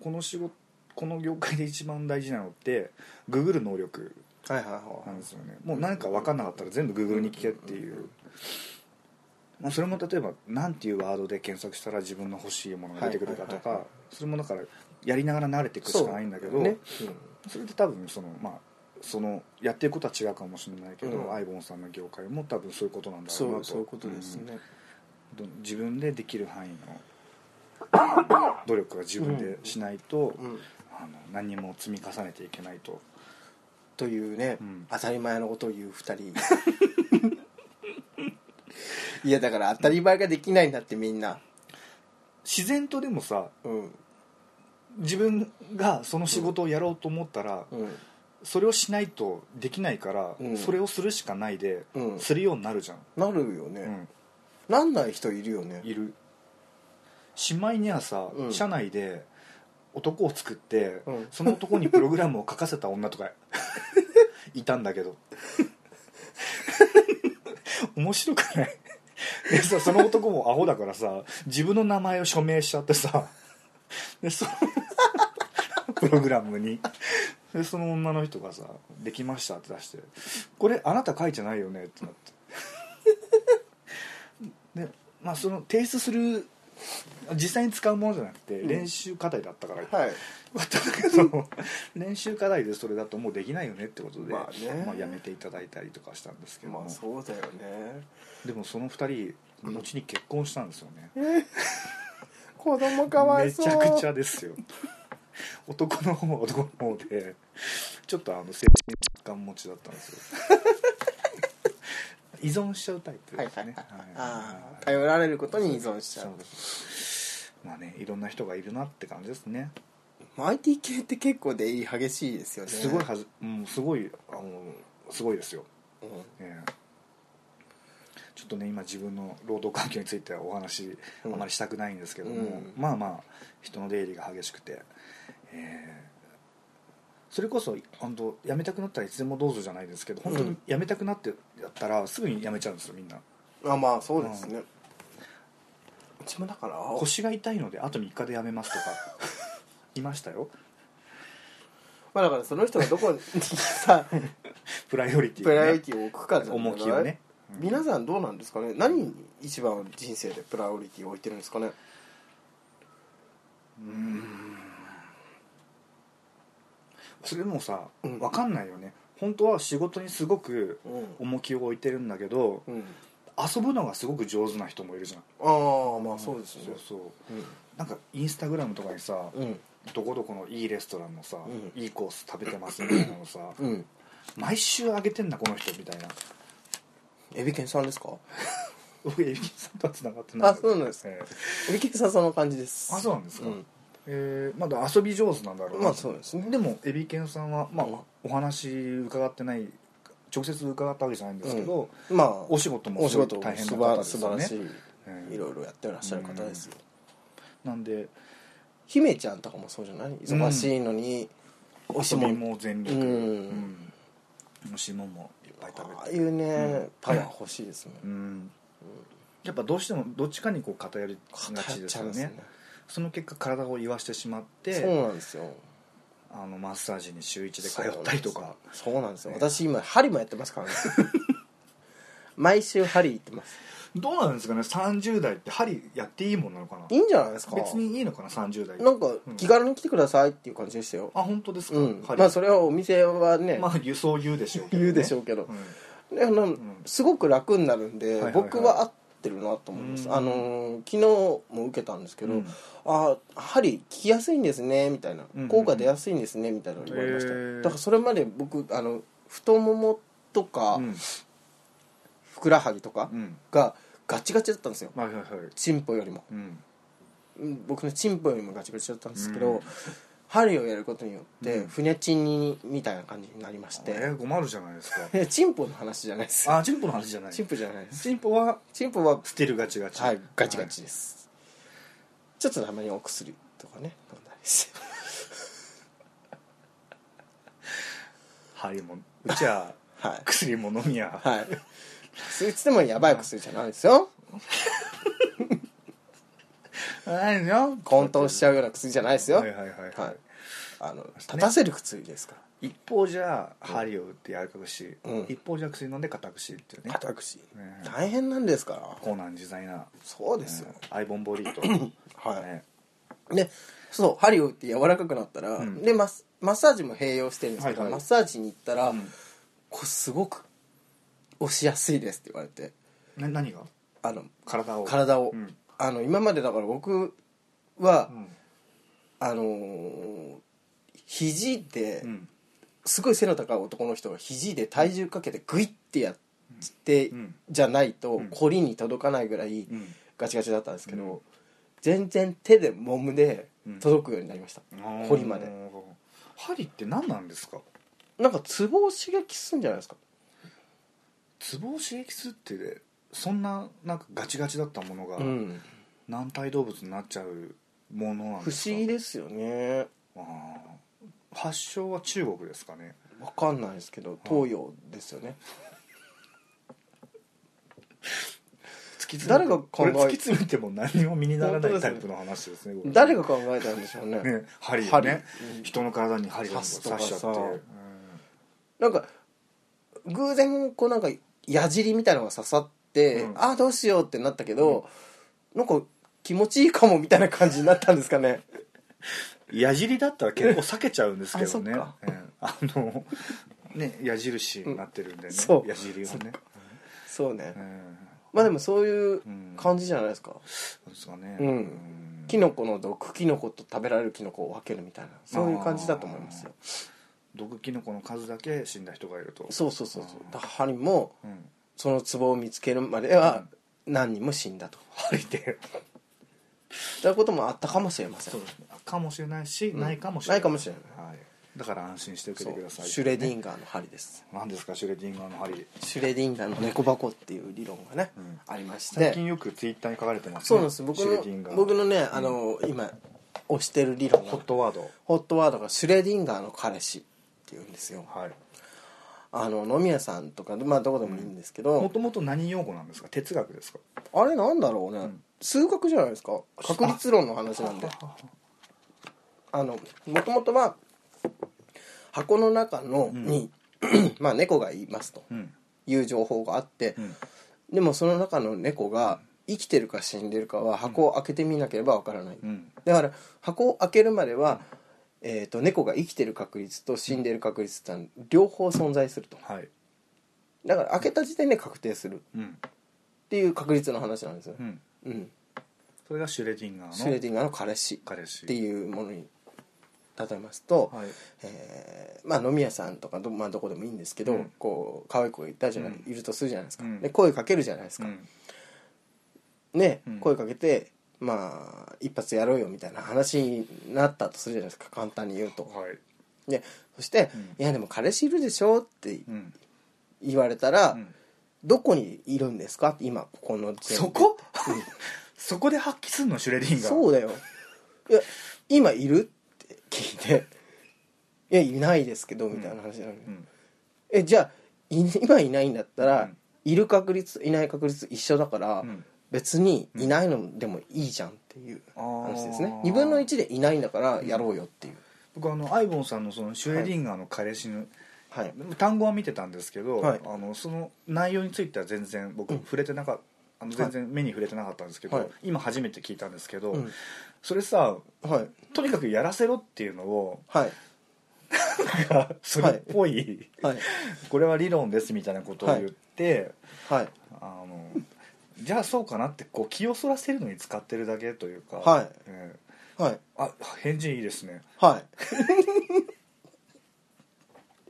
Speaker 2: この仕事この業界で一番大事なのってグーグル能力
Speaker 1: はいはい
Speaker 2: なん
Speaker 1: は
Speaker 2: ですよねもう何か分かんなかったら全部 Google に聞けっていう、まあ、それも例えば何ていうワードで検索したら自分の欲しいものが出てくるかと
Speaker 1: はいはいはい
Speaker 2: かそれもだからやりながら慣れてい
Speaker 1: い。
Speaker 2: くしかないんだけどそ,、
Speaker 1: ね。
Speaker 2: れで多分そのまあそのやってることは違うかもしれないけど、
Speaker 1: うん
Speaker 2: アイボンさんの業界も多分そういうことなんだろう
Speaker 1: そ
Speaker 2: な
Speaker 1: う、
Speaker 2: と
Speaker 1: そういうことですね。
Speaker 2: うん自分でできる範囲の
Speaker 1: (coughs)
Speaker 2: 努力は自分でしないと、
Speaker 1: うん。
Speaker 2: あの何も積み重ねていけないと
Speaker 1: というね、
Speaker 2: うん
Speaker 1: 当たり前のことを言う二人 (laughs) いやだから当たり前ができないんだってみんな
Speaker 2: 自然とでもさ
Speaker 1: うん
Speaker 2: 自分がその仕事をやろうと思ったら、
Speaker 1: うん
Speaker 2: それをしないとできないから、
Speaker 1: うん
Speaker 2: それをするしかないで、
Speaker 1: うん
Speaker 2: するようになるじゃん、
Speaker 1: なるよね、
Speaker 2: うん
Speaker 1: なんない人いるよね
Speaker 2: いるしまいにはさ、
Speaker 1: うん
Speaker 2: 社内で男を作って、
Speaker 1: うん
Speaker 2: その男にプログラムを書かせた女
Speaker 1: (laughs)
Speaker 2: とかいたんだけど (laughs) 面白くないでさその男もアホだからさ自分の名前を署名しちゃってさでそのプログラムにでその女の人がさ「できました」って出して「これあなた書いてないよね」ってなってでまあその提出する実際に使うものじゃなくて
Speaker 1: ん
Speaker 2: 練習課題だったから、 (laughs)
Speaker 1: はい
Speaker 2: だったけど練習課題でそれだともうできないよねってことで、
Speaker 1: まあね
Speaker 2: まあやめていただいたりとかしたんですけども、
Speaker 1: まあそうだよね
Speaker 2: でもその2人後に結婚したんですよね、
Speaker 1: 子供かわい
Speaker 2: め
Speaker 1: そう
Speaker 2: ちゃくちゃですよ男の方は男の方でちょっとあの精神疾患持ちだったん
Speaker 1: (laughs)
Speaker 2: ですよ依存しちゃうタイプ
Speaker 1: はい
Speaker 2: です
Speaker 1: はいはい
Speaker 2: ね
Speaker 1: ああ
Speaker 2: はい
Speaker 1: 頼られることに依存しちゃ
Speaker 2: そううですまあねいろんな人がいるなって感じですね
Speaker 1: まあ IT 系って結構出入り激しいですよね
Speaker 2: すごいはず、うん、すごいあのすごいですよ、
Speaker 1: うん
Speaker 2: ええちょっとね今自分の労働環境についてはお話
Speaker 1: う
Speaker 2: あ
Speaker 1: ん
Speaker 2: まりしたくないんですけども、
Speaker 1: うん
Speaker 2: まあまあ人の出入りが激しくて、ええそれこそあの辞めたくなったらいつでもどうぞじゃないですけど本当
Speaker 1: う
Speaker 2: に
Speaker 1: ん
Speaker 2: 辞めたくなってやったらすぐに辞めちゃうんですよみんな
Speaker 1: あまあそうですね、うちもだから
Speaker 2: 腰が痛いのであと3日で辞めますとか (laughs) いましたよ
Speaker 1: まあだからその人がどこに (laughs) さ
Speaker 2: プライオリティ、
Speaker 1: プライオリティを置くかじゃない
Speaker 2: 重きをね、うん
Speaker 1: 皆さんどうなんですかね何に一番人生でプライオリティを置いてるんですかね
Speaker 2: それもさ
Speaker 1: うん
Speaker 2: 分かんないよね本当は仕事にすごく
Speaker 1: うん、
Speaker 2: 重きを置いてるんだけど
Speaker 1: うん、
Speaker 2: 遊ぶのがすごく上手な人もいるじゃん
Speaker 1: ああまあそうですね
Speaker 2: そうそうなんかインスタグラムとかにさ、
Speaker 1: うんうん
Speaker 2: どこどこのいいレストランのさ、
Speaker 1: うん
Speaker 2: いいコース食べてますみたいなのさ、
Speaker 1: うん
Speaker 2: 毎週あげてんなこの人み
Speaker 1: (laughs)
Speaker 2: たいな
Speaker 1: エビケンさんですか
Speaker 2: 僕エビキさんとはつながってない
Speaker 1: あそうなんです
Speaker 2: え
Speaker 1: エビケンさんその感じです
Speaker 2: えあそうなんですか、
Speaker 1: うん
Speaker 2: ええまだ遊び上手なんだろうな
Speaker 1: まあそうですね
Speaker 2: でもエビケンさんは、まあ
Speaker 1: うん
Speaker 2: お話伺ってない直接伺ったわけじゃないんですけど、
Speaker 1: まあ
Speaker 2: お仕事も
Speaker 1: お
Speaker 2: す
Speaker 1: 仕
Speaker 2: ごい
Speaker 1: 事も
Speaker 2: 大変な
Speaker 1: 素
Speaker 2: 方
Speaker 1: 晴
Speaker 2: です
Speaker 1: 素
Speaker 2: よ
Speaker 1: 晴ら
Speaker 2: ね
Speaker 1: し
Speaker 2: え
Speaker 1: い
Speaker 2: え
Speaker 1: いろいろやってらっしゃる方ですよ
Speaker 2: なんで
Speaker 1: 姫ちゃんとかもそうじゃない忙しいのにおし
Speaker 2: 遊
Speaker 1: も
Speaker 2: び
Speaker 1: ん
Speaker 2: も全力、
Speaker 1: うん
Speaker 2: うんおしももいっぱい食べて
Speaker 1: ああいうねパワー欲しいですね
Speaker 2: うんやっぱどうしてもどっちかにこう偏りがちですよねその結果体を言わしてしまっ
Speaker 1: そう
Speaker 2: て
Speaker 1: なんですよ
Speaker 2: あのマッサージに週一で通ったりとか
Speaker 1: そうなんですよ
Speaker 2: ね
Speaker 1: 私今針もやってますからね (laughs) 毎週針行ってます
Speaker 2: どうなんですかね30代って針やっていいもんなのかない
Speaker 1: いんじゃないですか
Speaker 2: 別にいいのかな30代
Speaker 1: なんか
Speaker 2: うん
Speaker 1: 気軽に来てくださいっていう感じでしたよ
Speaker 2: あ本当ですか、
Speaker 1: うん
Speaker 2: 針
Speaker 1: まあそれはお店はね
Speaker 2: まあ輸送言うでしょうけどね、
Speaker 1: 言うでしょうけど
Speaker 2: うん
Speaker 1: であのすごく楽になるんで、
Speaker 2: はいはいはい
Speaker 1: 僕は合ってるなと思います、
Speaker 2: うん
Speaker 1: あの昨日も受けたんですけど、
Speaker 2: うん
Speaker 1: ああ針効きやすいんですねみたいな、
Speaker 2: うんうん
Speaker 1: 効果出やすいんですねみたいなの言われました、
Speaker 2: へー
Speaker 1: だからそれまで僕あの太ももとか、
Speaker 2: うん
Speaker 1: ふくらはぎとか
Speaker 2: うん
Speaker 1: がガチガチだったんですよ、
Speaker 2: はいはいはい
Speaker 1: チンポよりも
Speaker 2: うん
Speaker 1: うん僕のチンポよりもガチガチだったんですけど、
Speaker 2: うん
Speaker 1: 針をやることによって
Speaker 2: うん
Speaker 1: ふにゃちんにみたいな感じになりまし
Speaker 2: え
Speaker 1: て、
Speaker 2: ー、困るじゃないで
Speaker 1: (laughs)
Speaker 2: すか
Speaker 1: チンポの話じゃないです
Speaker 2: あチンポの話じゃない
Speaker 1: チンポじゃないです
Speaker 2: チンポは
Speaker 1: チンポは
Speaker 2: スティルガチガチ
Speaker 1: はいガチガチです、ちょっとたまにお薬とかね飲んだり
Speaker 2: (laughs)
Speaker 1: して
Speaker 2: はい針もうちは
Speaker 1: はい
Speaker 2: 薬も飲みや
Speaker 1: はい薬っつってもやばい薬じゃないですよ
Speaker 2: ないですよ
Speaker 1: 混沌しちゃうような薬じゃないですよ
Speaker 2: はいはいはいはい
Speaker 1: はいあの立たせる薬ですから
Speaker 2: 一方じゃ針を打って柔らかくし、
Speaker 1: うん
Speaker 2: 一方じゃ薬飲んで硬くしっていうね
Speaker 1: 私
Speaker 2: ね
Speaker 1: 大変なんですから
Speaker 2: コーナン自在な
Speaker 1: そうですよ、
Speaker 2: ねアイボンボリーと
Speaker 1: (coughs) はい
Speaker 2: ね
Speaker 1: でそう針を打って柔らかくなったら、
Speaker 2: うん
Speaker 1: でマッマッサージも併用してるんですけど、
Speaker 2: はいはい
Speaker 1: マッサージに行ったら、
Speaker 2: うん
Speaker 1: こうすごく押しやすいですって言われて
Speaker 2: な何が
Speaker 1: あの
Speaker 2: 体を
Speaker 1: 体を、
Speaker 2: うん
Speaker 1: あの今までだから僕は、
Speaker 2: うん
Speaker 1: あのー肘で、
Speaker 2: うん
Speaker 1: すごい背の高い男の人が肘で体重かけてグイッてやって、
Speaker 2: うん
Speaker 1: じゃないと、
Speaker 2: ん
Speaker 1: 凝りに届かないぐらい
Speaker 2: うん
Speaker 1: ガチガチだったんですけど、
Speaker 2: うん
Speaker 1: 全然手で揉むで
Speaker 2: うん
Speaker 1: 届くようになりました、彫りまで
Speaker 2: あー針って何なんですか
Speaker 1: なんかツボを刺激するんじゃないですか
Speaker 2: ツボを刺激するってそんななんかガチガチだったものが
Speaker 1: うん
Speaker 2: 軟体動物になっちゃうものなん
Speaker 1: 不
Speaker 2: ですか
Speaker 1: 思議ですよね
Speaker 2: あー発祥は中国ですかね
Speaker 1: わかんないですけど東洋ですよね
Speaker 2: 突き
Speaker 1: 誰が考え
Speaker 2: これ突き詰めても何も身にならな
Speaker 1: 本当で
Speaker 2: い
Speaker 1: す
Speaker 2: タ
Speaker 1: ね
Speaker 2: イプの話ですねこれ
Speaker 1: 誰が考えたんでしょうね
Speaker 2: ね針を
Speaker 1: 針
Speaker 2: ね
Speaker 1: うん
Speaker 2: 人の体に針を
Speaker 1: 刺
Speaker 2: 刺し
Speaker 1: すと
Speaker 2: ちゃ
Speaker 1: か
Speaker 2: っ
Speaker 1: さ
Speaker 2: てうん
Speaker 1: なんか偶然こうなんか矢尻みたいなのが刺さって、
Speaker 2: うん
Speaker 1: ああどうしようってなったけど、なんか気持ちいいかもみたいな感じになったんですか
Speaker 2: (laughs)
Speaker 1: ね
Speaker 2: 矢尻だったら結構避けちゃうんですけどね
Speaker 1: (laughs) あそっか
Speaker 2: うんあのね矢印になってるん
Speaker 1: う
Speaker 2: でね
Speaker 1: んそう
Speaker 2: 矢尻はね
Speaker 1: そうね、
Speaker 2: うん
Speaker 1: まあでもそういう
Speaker 2: うん
Speaker 1: 感じじゃないですか、
Speaker 2: そうですかね
Speaker 1: うん
Speaker 2: うん
Speaker 1: キノコの毒キノコと食べられるキノコを分けるみたいなそういう感じだと思いますよ
Speaker 2: 毒キノコの数だけ死んだ人がいると
Speaker 1: そうそうそうそう
Speaker 2: あー
Speaker 1: だから針も
Speaker 2: うん
Speaker 1: その壺を見つけるまでは何人も死んだと
Speaker 2: 針
Speaker 1: (laughs)
Speaker 2: で
Speaker 1: ということもあったかもしれません
Speaker 2: そうですねかもしれないし
Speaker 1: ん
Speaker 2: ないかもしれ
Speaker 1: ないかもしれ
Speaker 2: ないはいだから安心して受け
Speaker 1: そ
Speaker 2: て
Speaker 1: う
Speaker 2: ください
Speaker 1: シュレディンガーの針です
Speaker 2: 何ですかシュレディンガーの針
Speaker 1: シュレディンガーの猫箱っていう理論がね、
Speaker 2: うん
Speaker 1: ありまし
Speaker 2: 最近
Speaker 1: て
Speaker 2: よくツイッターに書かれてますね
Speaker 1: そうなんです僕
Speaker 2: シュレディンガ
Speaker 1: の
Speaker 2: ー
Speaker 1: 僕のねあの、今推してる理論が
Speaker 2: ホットワード
Speaker 1: ホットワードがシュレディンガーの彼氏っていうんですよ
Speaker 2: はい
Speaker 1: あの飲み屋さんとかまあどこでもいいんですけど、
Speaker 2: もともと何用語なんですか哲学ですか
Speaker 1: あれなんだろうね、
Speaker 2: うん
Speaker 1: 数学じゃないですか確率論の話なん
Speaker 2: (laughs)
Speaker 1: であのもともとは箱の中のに、 (clears throat) まあ猫がいますと
Speaker 2: うん
Speaker 1: いう情報があって、
Speaker 2: うん
Speaker 1: でもその中の猫が生きてるか死んでるかは箱を開けてみなければわからない、
Speaker 2: うん
Speaker 1: だから箱を開けるまでは、えー、と猫が生きてる確率と死んでる確率ってのは両方存在すると
Speaker 2: はい
Speaker 1: だから開けた時点で確定するっ
Speaker 2: うん
Speaker 1: ていう確率の話なんですよ、
Speaker 2: うん
Speaker 1: うん、
Speaker 2: それがシュレディンガ
Speaker 1: シュレ
Speaker 2: ー
Speaker 1: デ
Speaker 2: の
Speaker 1: ィンガーの彼氏
Speaker 2: 彼氏
Speaker 1: っていうものに例えますと、
Speaker 2: はい
Speaker 1: えーまあ、飲み屋さんとかど,、まあ、どこでもいいんですけど、
Speaker 2: うん
Speaker 1: こう可愛い子がいたじゃない、
Speaker 2: うん
Speaker 1: いるとするじゃないですか、
Speaker 2: うん
Speaker 1: で声かけるじゃないです
Speaker 2: う
Speaker 1: か、
Speaker 2: ん
Speaker 1: ね、
Speaker 2: うん
Speaker 1: 声かけてまあ一発やろうよみたいな話になったとするじゃないですか簡単に言うと、
Speaker 2: はい
Speaker 1: でそして、
Speaker 2: うん
Speaker 1: いやでも彼氏いるでしょ?」って
Speaker 2: うん
Speaker 1: 言われたら、
Speaker 2: うん
Speaker 1: どこにいるんですか?」今ここの時点で
Speaker 2: そこそこで発揮すんのシュレディンガー
Speaker 1: そうだよ「いや今いる?」って聞いて「いやいないですけど」みたいな話なのに、
Speaker 2: うん
Speaker 1: えじゃあい今いないんだったら、
Speaker 2: うん
Speaker 1: いる確率いない確率一緒だから、
Speaker 2: ん
Speaker 1: 別にいないのでもいいじゃんっていう話ですね
Speaker 2: あー
Speaker 1: 2分の1でいないんだからやろうよっていう、
Speaker 2: 僕あのアイボンさんのそのシュレディンガーの彼氏の
Speaker 1: はい
Speaker 2: 単語は見てたんですけど、
Speaker 1: はい
Speaker 2: あのその内容については全然僕触れてなかった、あの全然目に触れてなかったんですけど、
Speaker 1: はい
Speaker 2: 今初めて聞いたんですけど、
Speaker 1: うん
Speaker 2: それさ
Speaker 1: はい
Speaker 2: とにかくやらせろっていうのを
Speaker 1: はい
Speaker 2: がそれっぽい、
Speaker 1: はい
Speaker 2: これは理論ですみたいなことを言って、
Speaker 1: はい
Speaker 2: あのじゃあそうかなってこう気をそらせるのに使ってるだけというか、
Speaker 1: はい
Speaker 2: うん
Speaker 1: はい
Speaker 2: あ返事いいですね
Speaker 1: はい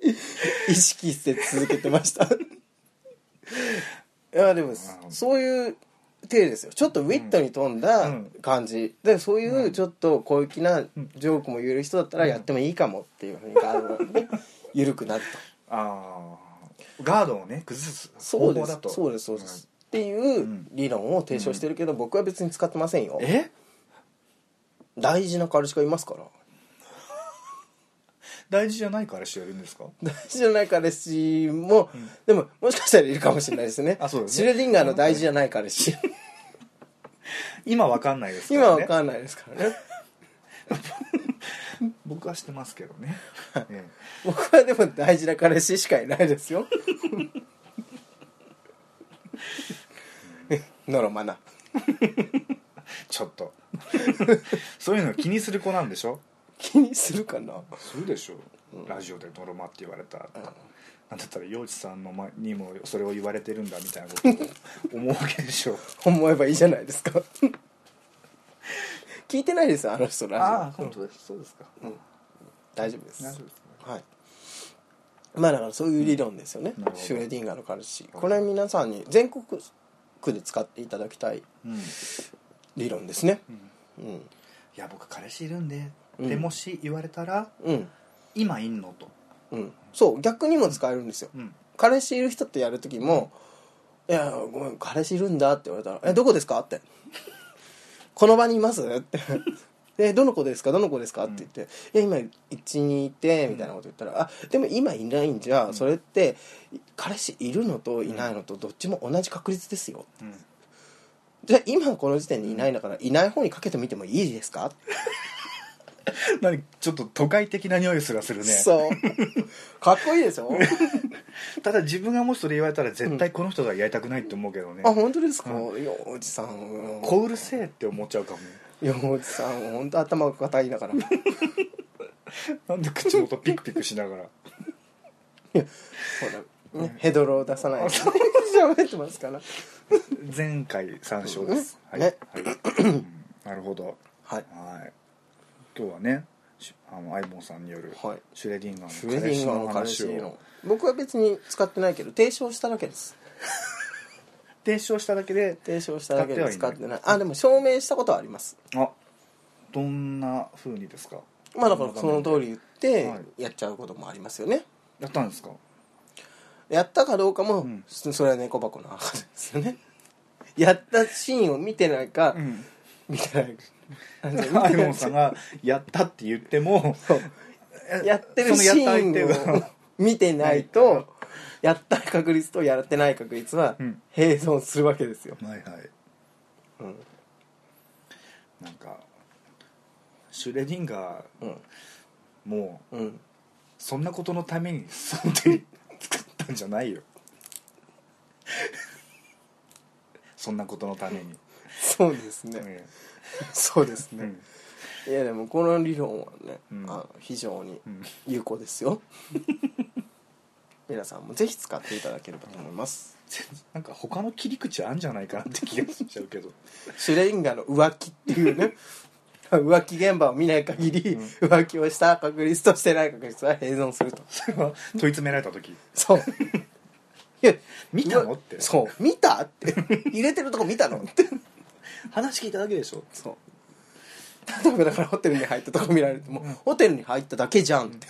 Speaker 1: 意識して続けてました (laughs) いやでも
Speaker 2: うん
Speaker 1: そういう体ですよちょっとウィットに富んだ
Speaker 2: うん
Speaker 1: 感じ、でそういううんちょっと小粋なジョークも言える人だったらやってもいいかもっていうふうにがあるの (laughs) で緩くなる
Speaker 2: あーガードをね崩す
Speaker 1: とそうで
Speaker 2: 方法
Speaker 1: す
Speaker 2: だと
Speaker 1: そうですそうです、っていう理論を提唱してるけど、僕は別に使ってませんよ
Speaker 2: うんえ
Speaker 1: 大事な彼氏がいますから
Speaker 2: 大事じゃないからしてやるんですか
Speaker 1: 大事じゃない彼氏も、でももしかしたらいるかもしれないですね
Speaker 2: (laughs) あそうです
Speaker 1: シュ
Speaker 2: ね
Speaker 1: レディンガーの大事じゃない彼氏
Speaker 2: 今わかんないです
Speaker 1: (laughs)
Speaker 2: か
Speaker 1: 今
Speaker 2: ら
Speaker 1: わ
Speaker 2: ね
Speaker 1: かんないですからね
Speaker 2: 僕はしてますけど (laughs) ね、え
Speaker 1: 僕はでも大事な彼氏しかいないですよノロマな
Speaker 2: えちょっと (laughs) そういうの気にする子なんでしょ
Speaker 1: 気にするかな
Speaker 2: するでしょ、ラジオで「ノロマ」って言われたら、なんだったら陽一さんの前にもそれを言われてるんだみたいな (laughs) ことを思うわけでしょ
Speaker 1: 思えばいいじゃないです
Speaker 2: (laughs)
Speaker 1: か聞いてないですよあの人ラジオ
Speaker 2: 本当ですそうですか
Speaker 1: 大丈夫です
Speaker 2: 大丈夫ですね
Speaker 1: はいまあだからそういう理論ですよね、
Speaker 2: うんなるほど
Speaker 1: シュレディンガーの彼氏これは皆さんに全国区で使っていただきたい
Speaker 2: うんい
Speaker 1: 理論ですねうん
Speaker 2: や僕彼氏いるんで、
Speaker 1: うん
Speaker 2: でもし言われたら
Speaker 1: うん、
Speaker 2: 今いんのと、
Speaker 1: うん、そう逆にも使えるんですよ
Speaker 2: うん、
Speaker 1: 彼氏いる人とやる時も「いやごめん彼氏いるんだ」って言われたら「えどこですか?」って「この場にいます?」って「でどの子ですかどの子ですか?」って言って「いや今うちにいて」みたいなこと言ったら「あでも今いないんじゃそれって彼氏いるのといないのとどっちも同じ確率ですよ」
Speaker 2: うん
Speaker 1: じゃあ今この時点でいないんだからいない方にかけてみてもいいですか?」
Speaker 2: 何ちょっと都会的な匂いすらするね
Speaker 1: そう (laughs) かっこいいでしょ
Speaker 2: ただ自分がもしそれ言われたら絶対この人とはやりたくないって思うけどね、
Speaker 1: あ本当ですか、いやおじさんうん
Speaker 2: こうるせえって思っちゃうかも
Speaker 1: いやおじさん本当頭が硬いだからい
Speaker 2: なんで口元ピクピクし (laughs) ながら
Speaker 1: やほら、ね、ヘドロを出さないで喋ってますから
Speaker 2: 前回参照です、
Speaker 1: うん
Speaker 2: はい
Speaker 1: ね、
Speaker 2: はいうんなるほど
Speaker 1: はい
Speaker 2: はい今日はねしあのアイボンさんによる
Speaker 1: はい
Speaker 2: シュレディンガ
Speaker 1: シ
Speaker 2: ー
Speaker 1: ュレ
Speaker 2: の
Speaker 1: ディ
Speaker 2: 彼
Speaker 1: ン
Speaker 2: 氏
Speaker 1: ガー
Speaker 2: の
Speaker 1: の彼氏
Speaker 2: 話
Speaker 1: 理
Speaker 2: を
Speaker 1: 論僕は別に使ってないけど提唱しただけです
Speaker 2: 提唱しただけで
Speaker 1: 提唱しただけで使
Speaker 2: 使
Speaker 1: っ
Speaker 2: ってて
Speaker 1: な
Speaker 2: はいいない
Speaker 1: あでも証明したことはあります
Speaker 2: あどんな風にですか
Speaker 1: まあだからその通り言って
Speaker 2: はい
Speaker 1: やっちゃうこともありますよね
Speaker 2: やったんですか
Speaker 1: やったかどうかも、
Speaker 2: ん
Speaker 1: そそれは猫箱の赤ですよねやったシーンを見てないか、
Speaker 2: うん
Speaker 1: 見てないか
Speaker 2: (laughs) アイボンさんがやったって言っても
Speaker 1: (laughs) そうやってる
Speaker 2: その
Speaker 1: シ
Speaker 2: やった相手
Speaker 1: ーンを
Speaker 2: は
Speaker 1: 見てないとやった確率とやってない確率は
Speaker 2: うん
Speaker 1: 並存するわけですよ、
Speaker 2: はいはい
Speaker 1: うん
Speaker 2: なんかシュレディンガー
Speaker 1: うん
Speaker 2: もう
Speaker 1: うん、
Speaker 2: そんなことのために (laughs) その手に作ったんじゃないよそんなことのために、
Speaker 1: そうですね、
Speaker 2: え
Speaker 1: そうです
Speaker 2: えう
Speaker 1: ね、
Speaker 2: ん
Speaker 1: いやでもこの理論はね、
Speaker 2: うん
Speaker 1: あの非常に
Speaker 2: うん
Speaker 1: 有効ですよ皆さんもぜひ使っていただければと思います、
Speaker 2: なんか他の切り口あんじゃないかなって気がしちゃうけ (laughs) ど
Speaker 1: シュレインガーの浮気っていう
Speaker 2: (laughs)
Speaker 1: ね浮気現場を見ない限り、浮気をした確率としてない確率は並存すると
Speaker 2: それは問い詰められた時 (laughs)
Speaker 1: そういや
Speaker 2: 見たのって
Speaker 1: そう見たって入れてるとこ見たのって
Speaker 2: 話聞いただけでしょ
Speaker 1: そう例えばだからホテルに入ったとこ見られても、ホテルに入っただけじゃんって、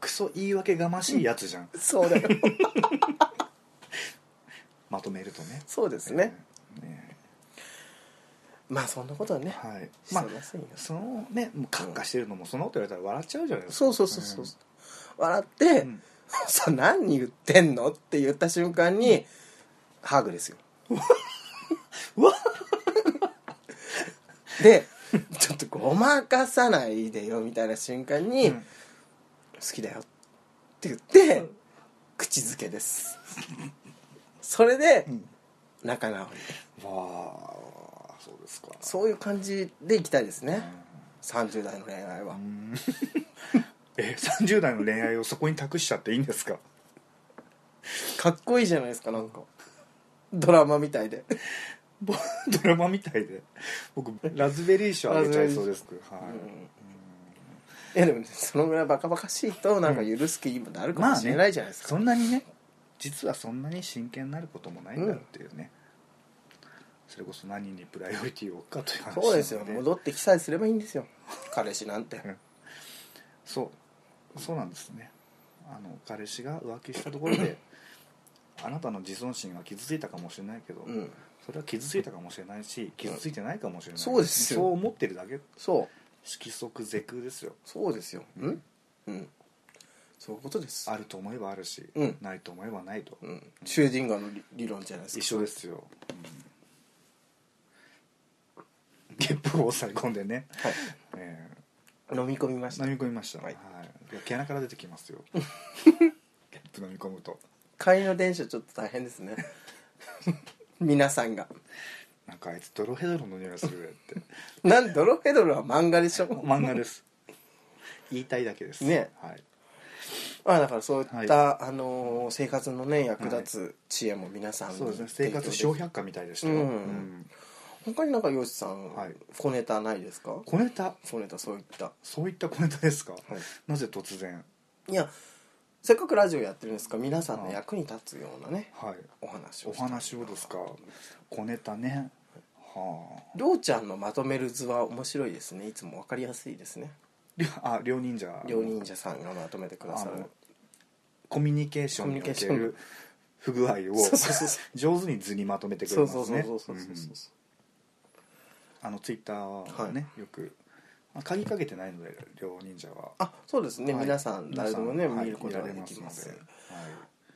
Speaker 2: クソ言い訳がましいやつじゃん
Speaker 1: そうだよ
Speaker 2: まとめるとね
Speaker 1: (laughs) そうですね、
Speaker 2: ね
Speaker 1: まあそんなことはね、
Speaker 2: はい
Speaker 1: して
Speaker 2: まあ
Speaker 1: ませんよ
Speaker 2: そのねもうカッカしてるのもそのこと言われたら笑っちゃうじゃないですか
Speaker 1: そうそうそうそう、笑って、
Speaker 2: ん
Speaker 1: (laughs) さ何言ってんのって言った瞬間に、ハグですよ
Speaker 2: うわ
Speaker 1: でちょっとごまかさないでよみたいな瞬間に、
Speaker 2: うん
Speaker 1: 好きだよって言って、口づけですそれで、
Speaker 2: ん
Speaker 1: 仲直り
Speaker 2: わあそうですか
Speaker 1: そういう感じでいきたいですね、 30代の恋愛は、
Speaker 2: え30代の恋愛をそこに託しちゃっていいんですか
Speaker 1: かっこいいじゃないですかなんかドラマみたいで
Speaker 2: (laughs) ぼ (laughs) ドラマみたいで僕ラズベリー賞あげちゃいそうですけどは
Speaker 1: い
Speaker 2: い、
Speaker 1: やでもねそのぐらいバカバカしいとなんか許す気にもなるかもしれないじゃないですか、
Speaker 2: そんなにね実はそんなに真剣になることもないんだっていうね、それこそ何にプライオリティを置くかという話なの
Speaker 1: そうですよ戻ってきさえすればいいんですよ彼氏なんて
Speaker 2: んそうそうなんですねあの彼氏が浮気したところ (laughs) であなたの自尊心は傷ついたかもしれないけど、
Speaker 1: うん
Speaker 2: それは傷ついたかもしれないし傷ついてないかもしれない、
Speaker 1: そうですよ
Speaker 2: そう思ってるだけ
Speaker 1: そう
Speaker 2: 色即是空ですよ
Speaker 1: そうですようんうんそういうことです
Speaker 2: あると思えばあるし、
Speaker 1: うん
Speaker 2: ないと思えばないと、
Speaker 1: うんシューディンガーの理理論じゃないです
Speaker 2: 一
Speaker 1: か
Speaker 2: 緒ですよ、うんゲップを抑え込ん
Speaker 1: (laughs)
Speaker 2: でね、
Speaker 1: はい
Speaker 2: えー
Speaker 1: 飲み込みました
Speaker 2: 飲み込みました、は
Speaker 1: はいい
Speaker 2: いや毛穴から出て
Speaker 1: (laughs)
Speaker 2: きますよゲップ飲み込むと
Speaker 1: 帰りの電車ちょっと大変ですね (laughs) 皆さんが
Speaker 2: なんかあいつドロヘドロの匂いがするって
Speaker 1: なんドロヘドロは漫画でしょ
Speaker 2: 漫画
Speaker 1: (laughs)
Speaker 2: です言いたいだけです
Speaker 1: ね
Speaker 2: はい、
Speaker 1: まあだからそういった、
Speaker 2: はい
Speaker 1: あのー生活のね役立つ知恵も皆さんに
Speaker 2: そうですね生活小百科みたいでしたよ、
Speaker 1: うん
Speaker 2: うん
Speaker 1: 他になんか洋師さん、
Speaker 2: はい
Speaker 1: 小ネタないですか
Speaker 2: 小ネタ
Speaker 1: 小ネタそういった、は
Speaker 2: そういった小ネタですか、なぜ突然
Speaker 1: い、いやせっかくラジオやってるんですから皆さん
Speaker 2: は
Speaker 1: の
Speaker 2: い
Speaker 1: 役に立つようなね
Speaker 2: はい
Speaker 1: お話
Speaker 2: お
Speaker 1: をした
Speaker 2: 話をですか小ネタねはあ
Speaker 1: りょうちゃんのまとめる図は面白いですねいつも分かりやすいですね
Speaker 2: りょあ両忍者
Speaker 1: 両忍者さんがまとめてくださ
Speaker 2: あ
Speaker 1: る
Speaker 2: のコミュニケーションにおける不具合を
Speaker 1: そうそうそうそ
Speaker 2: 上手に図にまとめてくれ
Speaker 1: そう
Speaker 2: ます
Speaker 1: そうそう
Speaker 2: ね
Speaker 1: そうそうそううんそう
Speaker 2: あのツイッターはね、よくあ鍵かけてないので両忍者は
Speaker 1: あそうですね、
Speaker 2: はい
Speaker 1: 皆さん
Speaker 2: 皆
Speaker 1: 誰
Speaker 2: さ
Speaker 1: でもね、
Speaker 2: はい
Speaker 1: 見ることがで
Speaker 2: 見られ
Speaker 1: きます
Speaker 2: ので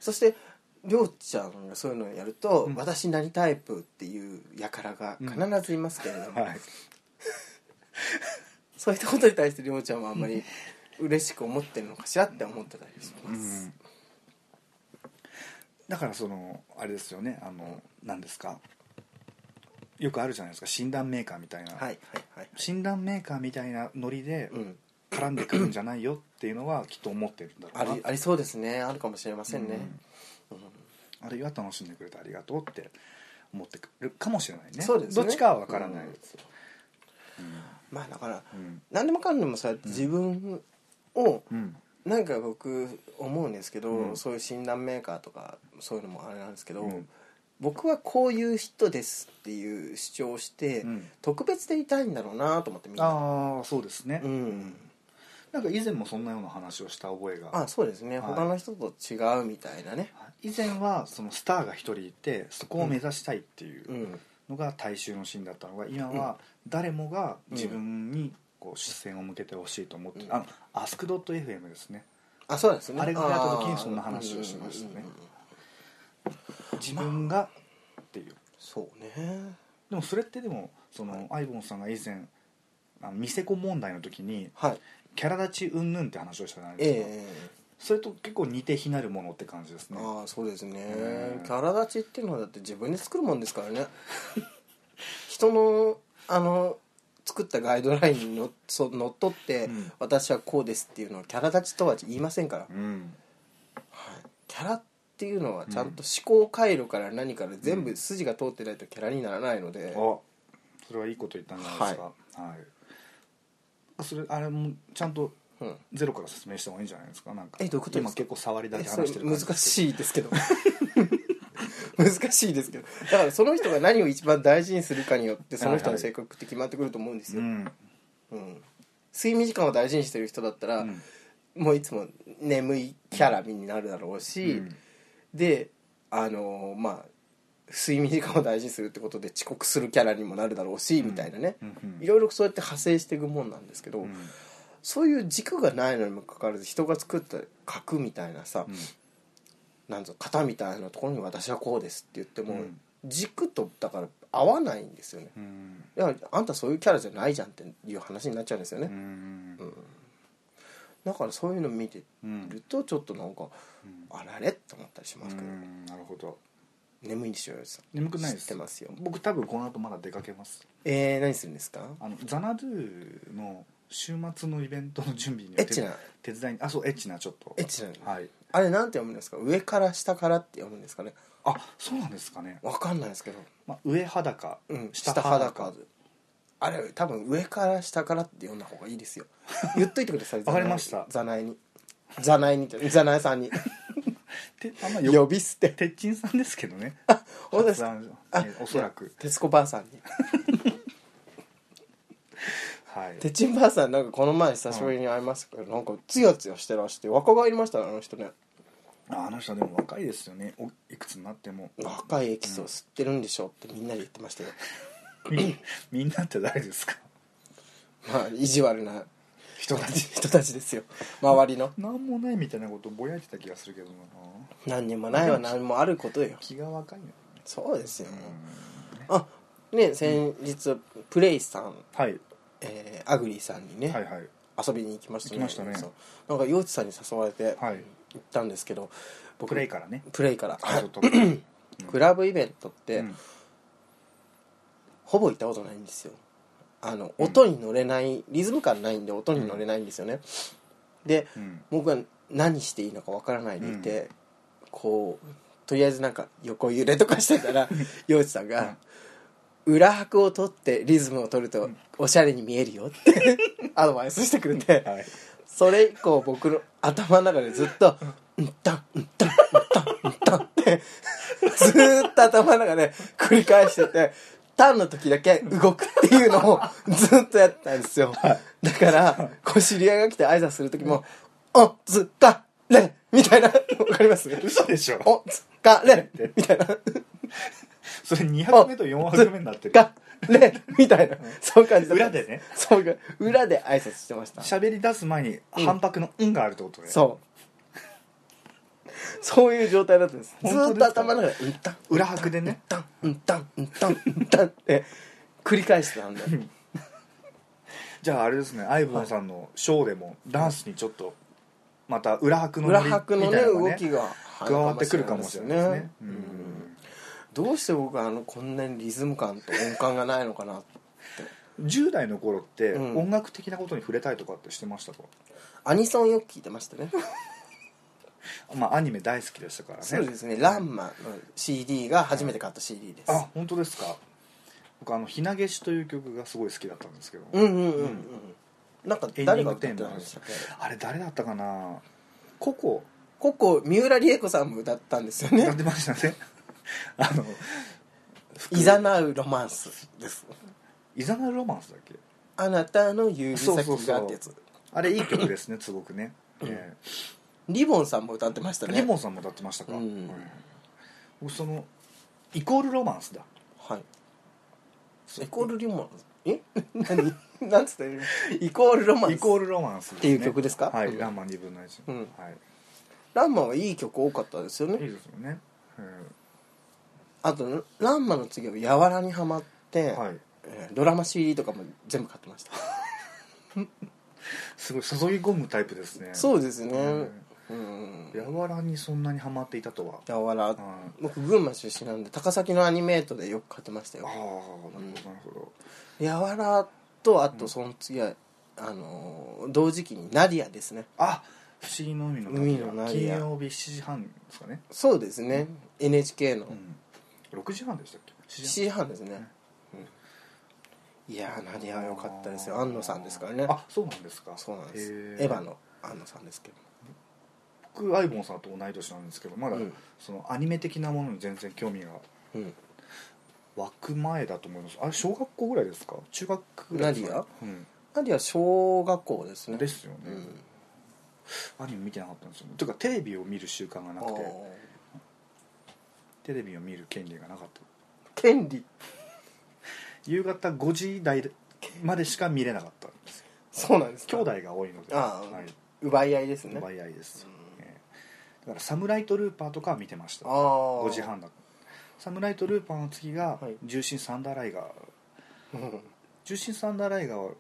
Speaker 1: そしてりょうちゃんがそういうのをやると「
Speaker 2: うん
Speaker 1: 私何タイプ?」っていう輩が必ずいますけれども、
Speaker 2: はい、はい
Speaker 1: そういったことに対してりょうちゃんはあんまり嬉しく思ってるのかしらって思ってたりし
Speaker 2: う
Speaker 1: ます、
Speaker 2: ん、だからそのあれですよねあの何ですかよくあるじゃないですか診断メーカーみたいな、
Speaker 1: はいはいはい
Speaker 2: 診断メーカーみたいなノリで
Speaker 1: うん
Speaker 2: 絡んでくるんじゃないよっていうのはきっと思ってるんだろう
Speaker 1: あ
Speaker 2: な
Speaker 1: りありそうですねあるかもしれませんね、
Speaker 2: あるいは楽しんでくれてありがとうって思ってくるかもしれないね
Speaker 1: そうですね
Speaker 2: どっちかは分からないですよ、
Speaker 1: まあだから
Speaker 2: うん
Speaker 1: 何でもかんでもそうやって自分を
Speaker 2: うん
Speaker 1: なんか僕思うんですけど、
Speaker 2: うん
Speaker 1: そういう診断メーカーとかそういうのもあれなんですけど、
Speaker 2: うん
Speaker 1: 僕はこういう人ですっていう主張をして、
Speaker 2: うん
Speaker 1: 特別でいたいんだろうなと思ってみんな
Speaker 2: ああそうですね、
Speaker 1: うん
Speaker 2: なんか以前もそんなような話をした覚えが
Speaker 1: あそうですね、
Speaker 2: はい
Speaker 1: 他の人と違うみたいなね
Speaker 2: 以前はそのスターが一人いてそこを目指したいっていううんのが大衆のシーンだったのが今は誰もが自分にこう視線を向けてほしいと思ってる
Speaker 1: うん
Speaker 2: あのアスクドット FM ですね
Speaker 1: あそうですね
Speaker 2: あれが流行った時に
Speaker 1: あー
Speaker 2: そんな話をしましたね
Speaker 1: うんうんうんうん
Speaker 2: 自分がっていう
Speaker 1: そうね
Speaker 2: でもそれってでもそのアイボンさんが以前あのニセコ問題の時に
Speaker 1: はい
Speaker 2: キャラ立ち云々って話をしたじゃない
Speaker 1: ええ
Speaker 2: ですか、
Speaker 1: え
Speaker 2: それと結構似て非なるものって感じです
Speaker 1: え
Speaker 2: ね
Speaker 1: ああそうですね、
Speaker 2: うん
Speaker 1: キャラ立ちっていうのはだって自分で作るもんですからね (laughs) 人のあの作ったガイドラインにのそのっとって、
Speaker 2: うん
Speaker 1: 私はこうですっていうのをキャラ立ちとは言いませんから、
Speaker 2: うん
Speaker 1: はい、キャラっていうのはちゃんと思考回路から何から全部筋が通ってないとキャラにならないので、
Speaker 2: あそれはいいこと言ったんじゃないですかはい、あそれあれもちゃんと
Speaker 1: うん
Speaker 2: ゼロから説明した方がいいんじゃないですかなんか
Speaker 1: えどういうことですか
Speaker 2: 今結構触りだ
Speaker 1: え
Speaker 2: け
Speaker 1: それ
Speaker 2: 話してる感
Speaker 1: 難
Speaker 2: じい
Speaker 1: しいですけど (laughs) 難しいですけどだからその人が何を一番大事にするかによってその人の性格って決まってくると思うんです
Speaker 2: う
Speaker 1: よ、
Speaker 2: ん、
Speaker 1: うん睡眠時間を大事にしてる人だったら、
Speaker 2: うん
Speaker 1: もういつも眠いキャラになるだろうし、
Speaker 2: うん
Speaker 1: であのーまあ睡眠時間を大事にするってことで遅刻するキャラにもなるだろうし、みたいなね、
Speaker 2: うんうん
Speaker 1: いろいろそうやって派生していくもんなんですけど、
Speaker 2: うん
Speaker 1: そういう軸がないのにもかかわらず人が作った核みたいなさ、
Speaker 2: うん
Speaker 1: なんぞ型みたいなところに私はこうですって言っても、
Speaker 2: うん
Speaker 1: 軸とだから合わないんですよね、
Speaker 2: うん
Speaker 1: いやあんたそういうキャラじゃないじゃんっていう話になっちゃうんですよね、
Speaker 2: うん
Speaker 1: だからそういうの見て
Speaker 2: うん
Speaker 1: るとちょっとなんか、
Speaker 2: ん
Speaker 1: あられって思ったりしますけど、
Speaker 2: なるほど
Speaker 1: 眠いんでしょよさん
Speaker 2: 眠くないで
Speaker 1: 知っ
Speaker 2: す
Speaker 1: てますよ
Speaker 2: 僕多分この後まだ出かけます
Speaker 1: えー、何するんですか
Speaker 2: あのザナドゥの週末のイベントの準備に
Speaker 1: エッチな
Speaker 2: 手手伝いにあそうエッチなちょっと
Speaker 1: エッチな
Speaker 2: はい
Speaker 1: あれなんて読むんですか上から下からって読むんですかね
Speaker 2: あそうなんですかね、
Speaker 1: わかんないですけど、
Speaker 2: まあ、上裸、
Speaker 1: うん、下裸あれ多分上から下からって読んだ方がいい
Speaker 2: (laughs)
Speaker 1: ですよ言っといてください
Speaker 2: わかりました
Speaker 1: ざないにざないにざないさんに
Speaker 2: てあんま
Speaker 1: 呼
Speaker 2: (laughs) よ
Speaker 1: び捨て
Speaker 2: 鉄筋さんですけどね
Speaker 1: そうですか
Speaker 2: 発案ねおそらく
Speaker 1: 徹子ばあさんに
Speaker 2: はい
Speaker 1: てちんばあさんなんかこの前久しぶりに会いましたけど、なんかツヤツヤしてらして若返りましたねあの人ね
Speaker 2: ああの人でも若いですよねおいくつになっても (coughs)
Speaker 1: 若いエキスを吸ってるんでしょってみんなで言ってました
Speaker 2: (laughs)
Speaker 1: よ
Speaker 2: みみんなって誰ですか
Speaker 1: まあ意地悪な
Speaker 2: 人たち
Speaker 1: 人たち (laughs) ですよ周りの
Speaker 2: 何もないみたいなことぼやいてた気がするけどな
Speaker 1: 何にもないは何もあることよ
Speaker 2: 気が若いの
Speaker 1: そうですよ、あね先日プレイさん、
Speaker 2: はい
Speaker 1: えーアグリーさんにね、
Speaker 2: はいはい
Speaker 1: 遊びに行きました
Speaker 2: 行きましたね
Speaker 1: そうなんか陽一さんに誘われて
Speaker 2: はい
Speaker 1: 行ったんですけど、僕
Speaker 2: プレイからね
Speaker 1: プレイから、
Speaker 2: あちょ
Speaker 1: (coughs)
Speaker 2: っと
Speaker 1: クラブイベントって、
Speaker 2: うん
Speaker 1: ほぼ行ったことないんですよあの音に乗れないリズム感ないんで音に乗れないんですよね、で、
Speaker 2: うん
Speaker 1: 僕は何していいのかわからないでいて、こうとりあえずなんか横揺れとかしてたら陽一さんが「裏拍を取ってリズムを取るとおしゃれに見えるよ」って (laughs) アドバイスしてくれて、
Speaker 2: はい
Speaker 1: それ以降僕の頭の中でずっと「うんたんうんたんうんたんうんたん」ってずーっと頭の中で繰り返してて「タン」の時だけ動くっていうのをずっとやってたんですよだからこう知り合いが来て挨拶する時も「おつかれ」みたいなわかります
Speaker 2: 嘘でしょ
Speaker 1: おつかれみたいな
Speaker 2: それ2拍目と4拍目になってる
Speaker 1: かれみたいなそういう感じだった
Speaker 2: 裏でね
Speaker 1: そういう裏で挨拶してました
Speaker 2: 喋り出す前に反拍の「うん」があるってことね
Speaker 1: そう。そう (laughs) いう状態だったんです。ず
Speaker 2: 本
Speaker 1: ー
Speaker 2: 当
Speaker 1: っ
Speaker 2: です
Speaker 1: と
Speaker 2: か
Speaker 1: 頭の中で、うんたん、
Speaker 2: 裏拍でね
Speaker 1: たん、うんたん、うんたん、うんたんって、繰り返してたんで。
Speaker 2: じゃああれですねアイボンさんのショーでもダンスにちょっとまた裏拍のノ
Speaker 1: 裏
Speaker 2: リ
Speaker 1: 拍の
Speaker 2: みた
Speaker 1: ね、
Speaker 2: いなの
Speaker 1: 動きが
Speaker 2: 加わってくるかもしれないですね
Speaker 1: う
Speaker 2: うん
Speaker 1: んどうして僕はあの、こんなにリズム感と音感がないのかな。
Speaker 2: 10代の頃って
Speaker 1: うん
Speaker 2: 音楽的なことに触れたいとかってしてましたか、
Speaker 1: アニソンよく聞いてましたね。
Speaker 2: まあアニメ大好きでしたからね
Speaker 1: そうですね。ランマの CD が初めて買った CD です。
Speaker 2: あ本当ですか僕あの「ひなげし」という曲がすごい好きだったんですけど、
Speaker 1: うんうんうんうん。なんか
Speaker 2: エンディ
Speaker 1: 誰
Speaker 2: ン
Speaker 1: が
Speaker 2: グ
Speaker 1: 歌
Speaker 2: テ
Speaker 1: って
Speaker 2: ー
Speaker 1: た
Speaker 2: マ
Speaker 1: んでしたっけ
Speaker 2: あれ誰だったかなココ
Speaker 1: ここ三浦理恵子さんも歌ったんですよ
Speaker 2: 歌 (laughs)
Speaker 1: ね
Speaker 2: ってましたねあの
Speaker 1: 「いざなうロマンス」です
Speaker 2: イザナルロマンスだっけ
Speaker 1: 「あなたの指先
Speaker 2: そうそう
Speaker 1: が」
Speaker 2: そう
Speaker 1: ってやつ
Speaker 2: あれいい曲ですねすごくね、え
Speaker 1: リボンさんも歌ってました
Speaker 2: ー
Speaker 1: ね
Speaker 2: リモンさんも歌ってましたか、
Speaker 1: うん
Speaker 2: 僕そのイコールロマンスだ
Speaker 1: はいイコールリモン
Speaker 2: (laughs)
Speaker 1: え何なんつったよイコールロマンス
Speaker 2: イコールロマンスですね、
Speaker 1: っていう曲ですか
Speaker 2: はい、
Speaker 1: うん
Speaker 2: ラーマン2分の1、
Speaker 1: うん
Speaker 2: はい、
Speaker 1: ランマはいい曲多かったですよ
Speaker 2: いい
Speaker 1: ね
Speaker 2: ですよね、う
Speaker 1: あとランマの次は「やわら」にハマって、
Speaker 2: んはい、
Speaker 1: えードラマ CD とかも全部買ってました
Speaker 2: すごい注ぎ込むタイプですね
Speaker 1: そうですねう
Speaker 2: や
Speaker 1: ん
Speaker 2: わらにそんなにハマっていたとは、
Speaker 1: やわら
Speaker 2: うん、あ
Speaker 1: 僕群馬出身なんで高崎のアニメートでよく買ってました
Speaker 2: あ
Speaker 1: よ
Speaker 2: なるほどなるほど
Speaker 1: やわらとあとその次は、あのー同時期にナディアですね
Speaker 2: あ不思議の海の
Speaker 1: 海の
Speaker 2: 旅
Speaker 1: 旅
Speaker 2: 金
Speaker 1: や
Speaker 2: 曜日7時半ですかね、
Speaker 1: そうですね、NHK の
Speaker 2: うん、6時半でしたっけ
Speaker 1: 7
Speaker 2: 7時
Speaker 1: 時半ですね、うんいやーナディアは良かったですよ安野さんですからね
Speaker 2: あそうなんですか
Speaker 1: そうなんです
Speaker 2: へ
Speaker 1: エ
Speaker 2: え
Speaker 1: ヴァの安野さんですけど
Speaker 2: 僕アイボンさんと同い年なんですけどまだ、
Speaker 1: うん
Speaker 2: そのアニメ的なものに全然興味が
Speaker 1: うん
Speaker 2: 湧く前だと思いますあれ小学校ぐらいですか中学ぐらいですか
Speaker 1: ナデ
Speaker 2: うん
Speaker 1: ナディア小学校ですね
Speaker 2: ですよね、
Speaker 1: うん
Speaker 2: アニメ見てなかったんですよというかテレビを見る習慣がなくてテレビを見る権利がなかった
Speaker 1: 権利
Speaker 2: 夕方5時台までしか見れなかったんですよ
Speaker 1: そうなんです
Speaker 2: 兄
Speaker 1: か
Speaker 2: 弟が多いので、
Speaker 1: ああ
Speaker 2: はい、
Speaker 1: 奪い合いですね
Speaker 2: 奪い合いです、ええだから「サムライトルーパー」とかは見てました
Speaker 1: ああ
Speaker 2: 5時半だサムライトルーパーの次が
Speaker 1: はい
Speaker 2: 「重心サンダーライガー」
Speaker 1: うん
Speaker 2: 重心サンダーライガーは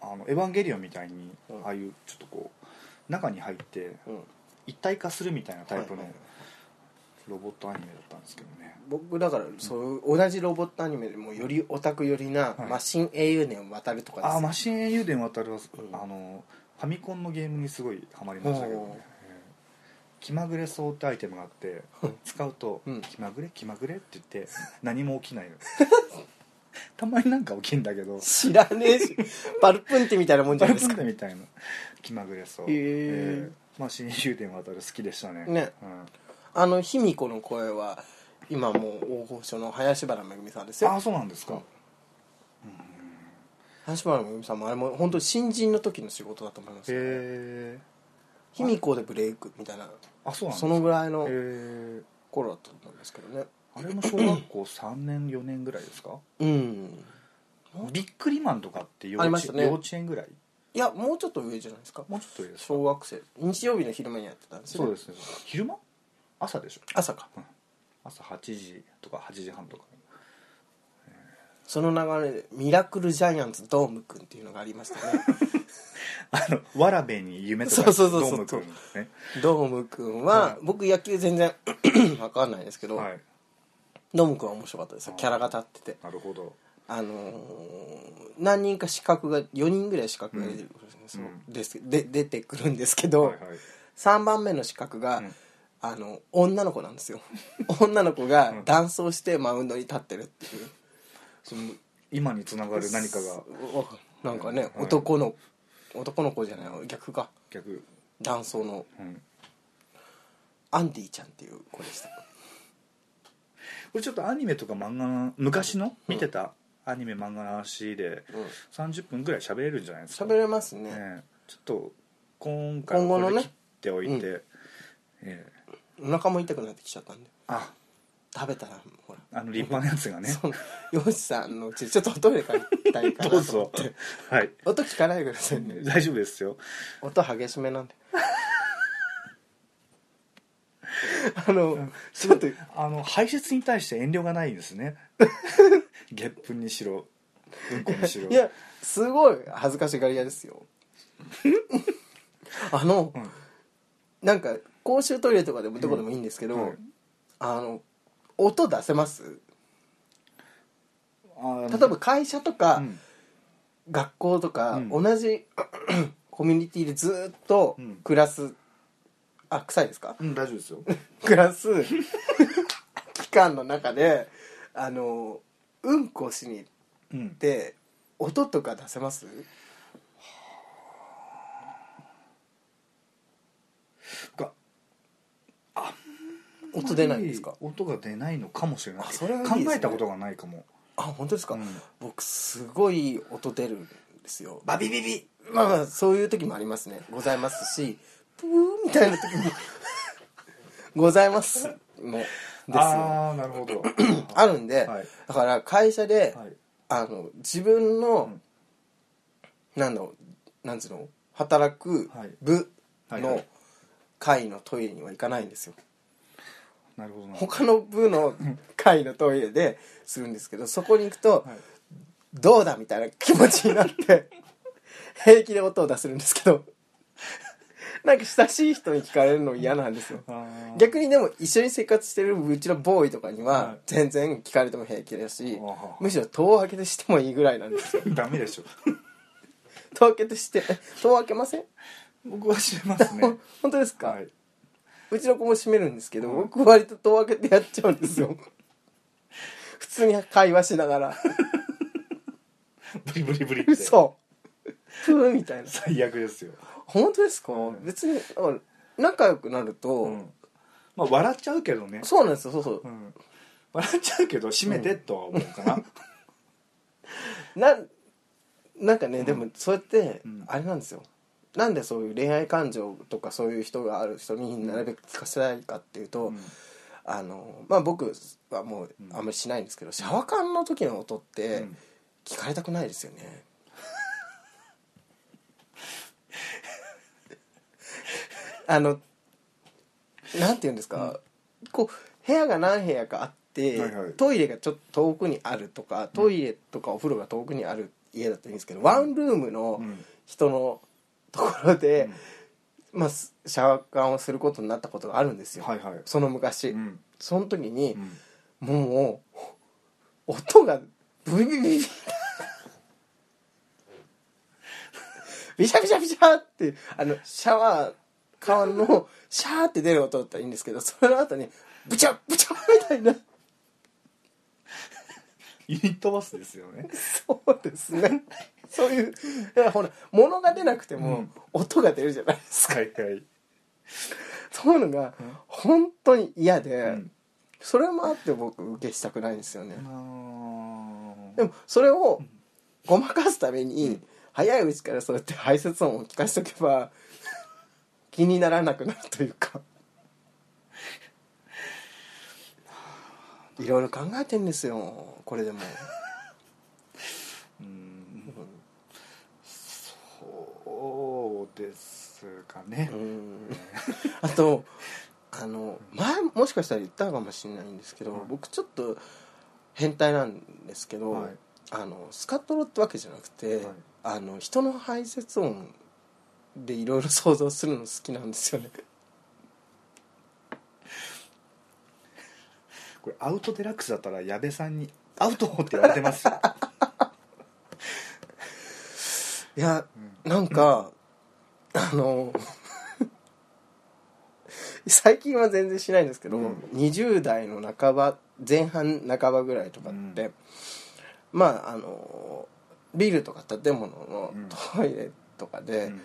Speaker 2: あのエヴァンゲリオンみたいに
Speaker 1: うん
Speaker 2: ああいうちょっとこう中に入って
Speaker 1: うん
Speaker 2: 一体化するみたいなタイプ
Speaker 1: は
Speaker 2: の
Speaker 1: いはい
Speaker 2: ロボットアニメだったんですけどね
Speaker 1: 僕だからそう同じロボットアニメでもよりオタク寄りな
Speaker 2: はい
Speaker 1: 「マシン英雄伝渡る」とか
Speaker 2: ああ
Speaker 1: で
Speaker 2: マシン英雄伝渡るは、
Speaker 1: うん
Speaker 2: あのファミコンのゲームにすごいハマりましたけどね、
Speaker 1: おー
Speaker 2: えー気まぐれそうってアイテムがあって使うと
Speaker 1: うん
Speaker 2: 気まぐれ気まぐれ」って言って何も起きな
Speaker 1: (laughs)
Speaker 2: いのたまになんか起きんだけど
Speaker 1: す知らねえしバルプンテみたいなもんじゃ
Speaker 2: バ
Speaker 1: ない
Speaker 2: ル
Speaker 1: です
Speaker 2: ブン
Speaker 1: か
Speaker 2: テみたいな気まぐれそう
Speaker 1: へー
Speaker 2: まあ新終点渡る好きでしたね
Speaker 1: ね
Speaker 2: うん
Speaker 1: あの卑弥呼の声は今もう大御所の林原めぐみさんです
Speaker 2: ああ
Speaker 1: よ
Speaker 2: そうなんですか
Speaker 1: 林原めぐみさんもあれも本当新人の時の仕事だと思いますよね
Speaker 2: へえ
Speaker 1: 卑弥呼でブレイクみたいな
Speaker 2: あそうなんです
Speaker 1: そ
Speaker 2: か
Speaker 1: のぐらいの
Speaker 2: へえ
Speaker 1: 頃だと思うんですけどね
Speaker 2: あれも小学校3年4年ぐらいですか
Speaker 1: うん
Speaker 2: ビックリマンとかって幼
Speaker 1: あり
Speaker 2: 稚,、
Speaker 1: ましたね
Speaker 2: 幼稚園ぐらい
Speaker 1: いやもうちょっと上じゃないですか
Speaker 2: もうちょっと上ですか
Speaker 1: 小学生日曜日の昼間にやってたんですよ
Speaker 2: そう
Speaker 1: ね
Speaker 2: ですね昼間朝でしょ
Speaker 1: 朝か
Speaker 2: 朝8時とか8時半とか
Speaker 1: その流れで「ミラクルジャイアンツドームくん」っていうのがありましたね
Speaker 2: (laughs) あのわらべに夢と
Speaker 1: そ
Speaker 2: か
Speaker 1: うそうそうそう
Speaker 2: ドームくんね
Speaker 1: ドームくんは、
Speaker 2: はい
Speaker 1: 僕野球全然 (coughs) わかんないですけど、
Speaker 2: はい
Speaker 1: ドームくんは面白かったですよ
Speaker 2: あー
Speaker 1: キャラが立ってて
Speaker 2: なるほど
Speaker 1: あのー何人か資格が4人ぐらい資格が出てくるんです,、
Speaker 2: うん
Speaker 1: ですで出てくるんですけど、
Speaker 2: はいはい
Speaker 1: 3番目の資格が、
Speaker 2: うん
Speaker 1: あの女の子なんです
Speaker 2: (laughs)
Speaker 1: よ女の子が男装してマウンドに立ってるっていう
Speaker 2: その今につながる何かが
Speaker 1: おなんかね、
Speaker 2: はい
Speaker 1: 男の男の子じゃない逆か
Speaker 2: 逆、
Speaker 1: 男装の
Speaker 2: うん、
Speaker 1: アンディちゃんっていう子でした
Speaker 2: これちょっとアニメとか漫画の昔の見てたアニメ漫画の話で
Speaker 1: うん
Speaker 2: 30分ぐらい喋れるんじゃないですか
Speaker 1: 喋れますね
Speaker 2: ええちょっと今回は
Speaker 1: 今後の
Speaker 2: こ
Speaker 1: ね
Speaker 2: れ切っておいて、
Speaker 1: う
Speaker 2: ええ
Speaker 1: お腹も痛くなってきちゃったんで
Speaker 2: あ
Speaker 1: 食べたらほら (laughs)
Speaker 2: あの立派なやつがね
Speaker 1: その漁師さんのうちちょっとおトイレ帰りたいか
Speaker 2: (laughs) ど
Speaker 1: な
Speaker 2: う
Speaker 1: と思
Speaker 2: ぞ
Speaker 1: って
Speaker 2: はい
Speaker 1: 音聞かないでくださいね
Speaker 2: 大丈夫ですよ
Speaker 1: 音激しめなんであのちょっと
Speaker 2: あの排泄に対して遠慮がないんです (laughs) ねゲップにしろうんこにしろ
Speaker 1: いやすごい恥ずかしがり屋ですよあの、
Speaker 2: うん
Speaker 1: なんか公衆トイレとかでもどこでもいいんですけど、
Speaker 2: はい
Speaker 1: あの音出せます
Speaker 2: あの
Speaker 1: 例えば会社とか、
Speaker 2: うん
Speaker 1: 学校とか、
Speaker 2: うん
Speaker 1: 同じコミュニティでずっと
Speaker 2: うん
Speaker 1: 暮らす、あ臭いですか
Speaker 2: うん、大丈夫ですよ
Speaker 1: 暮らす期間の中であのうんこしに行
Speaker 2: うん
Speaker 1: って音とか出せます
Speaker 2: が
Speaker 1: 音出ないんですか
Speaker 2: 音が出ないのかもしれない
Speaker 1: あそれはいいですね
Speaker 2: 考えたことがないかも
Speaker 1: あ本当ですか、
Speaker 2: うん
Speaker 1: 僕すごい音出るんですよ
Speaker 2: バビビビ
Speaker 1: まあまあそういう時もありますねございますしプーみたいな時もございますもですよあ
Speaker 2: ああなる (clears throat) ほど
Speaker 1: るんで、
Speaker 2: はい
Speaker 1: だから会社で、
Speaker 2: はい
Speaker 1: あの自分の、
Speaker 2: うん
Speaker 1: なんだろうなんつうの働く
Speaker 2: はい
Speaker 1: 部
Speaker 2: はいは
Speaker 1: の
Speaker 2: い
Speaker 1: 会のトイレには行かないんですよ
Speaker 2: なるほどな
Speaker 1: 他の部の会のトイレでするんですけどそこに行くと、
Speaker 2: はい
Speaker 1: どうだみたいな気持ちにな
Speaker 2: (laughs)
Speaker 1: って平気で音を出せるんですけどなんか親しい人に聞かれるの嫌なんですよ
Speaker 2: あー
Speaker 1: 逆にでも一緒に生活してるうちのボーイとかに
Speaker 2: は
Speaker 1: はい全然聞かれても平気だし
Speaker 2: あは
Speaker 1: むしろ戸を開けてしてもいいぐらいなんですよ
Speaker 2: (laughs) ダメでしょ
Speaker 1: 戸を開けてして戸を開けません、
Speaker 2: 僕は知れますね
Speaker 1: ほ本当ですか、
Speaker 2: はいう
Speaker 1: ちの子も閉めるんですけど、
Speaker 2: はい
Speaker 1: 僕割と戸を開けてやっちゃうんですよ (laughs) 普通に会話しながら
Speaker 2: ブリブリブリって
Speaker 1: 嘘ふーみたいな
Speaker 2: 最悪ですよ、
Speaker 1: 本当ですか、別にあ仲良くなると、
Speaker 2: うん、まあ笑っちゃうけどね、
Speaker 1: そうなんですよそうそう
Speaker 2: う、ん、笑っちゃうけど閉めてとは思うかな、
Speaker 1: なんなんかね、でもそうやって、
Speaker 2: うん
Speaker 1: あれなんですよなんでそういう恋愛感情とかそういう人がある人になるべく聞かせないかっていうと、
Speaker 2: うん
Speaker 1: あのまあ僕はもうあんまりしないんですけど、シャワー缶の時の音って
Speaker 2: うん
Speaker 1: 聞かれたくないですよね、
Speaker 2: (laughs)
Speaker 1: あのなんて言うんですか、こう部屋が何部屋かあって、
Speaker 2: はいはい
Speaker 1: トイレがちょっと遠くにあるとかトイレとかお風呂が遠くにある家だったらいいんですけど、ワンルームの
Speaker 2: うん
Speaker 1: 人のところで、まあ、シャワー缶をすることになったことがあるんですよ、
Speaker 2: はいはい
Speaker 1: その昔、
Speaker 2: うん
Speaker 1: その時に
Speaker 2: う、ん
Speaker 1: もう音がブリビビビビシャビシャビシャってあのシャワー川のシャーって出る音だったらいいんですけどその後にブチャブチャみたいな
Speaker 2: ユニットバスですよね
Speaker 1: そうですねそういういやほら物が出なくても、
Speaker 2: うん
Speaker 1: 音が出るじゃないですか
Speaker 2: はいはい
Speaker 1: そういうのが本当に嫌で、
Speaker 2: うん
Speaker 1: それもあって僕受けしたくないんですよね、
Speaker 2: あー
Speaker 1: でもそれをごまかすために早いうちからそうやって排泄音を聞かしとけば (laughs) 気になら (laughs) なくなるというかいろいろ考えてんですよこれでも
Speaker 2: うんそうですかね
Speaker 1: う、ん (laughs) あとあの前もしかしたら言ったかもしれないんですけど
Speaker 2: うん
Speaker 1: 僕ちょっと変態なんですけど、
Speaker 2: はい
Speaker 1: あのスカトロってわけじゃなくて、
Speaker 2: はい
Speaker 1: あの人の排泄音でいろいろ想像するの好きなんですよね
Speaker 2: これアウトデラックスだったら矢部さんに「アウト!」って言われてますよ、
Speaker 1: いや
Speaker 2: うん
Speaker 1: なんか、あの (laughs) 最近は全然しないんですけど、
Speaker 2: うん
Speaker 1: 20代の半ば前半半ばぐらいとかって、
Speaker 2: う
Speaker 1: まああのビルとか建物の
Speaker 2: うん
Speaker 1: トイレとかで、
Speaker 2: うん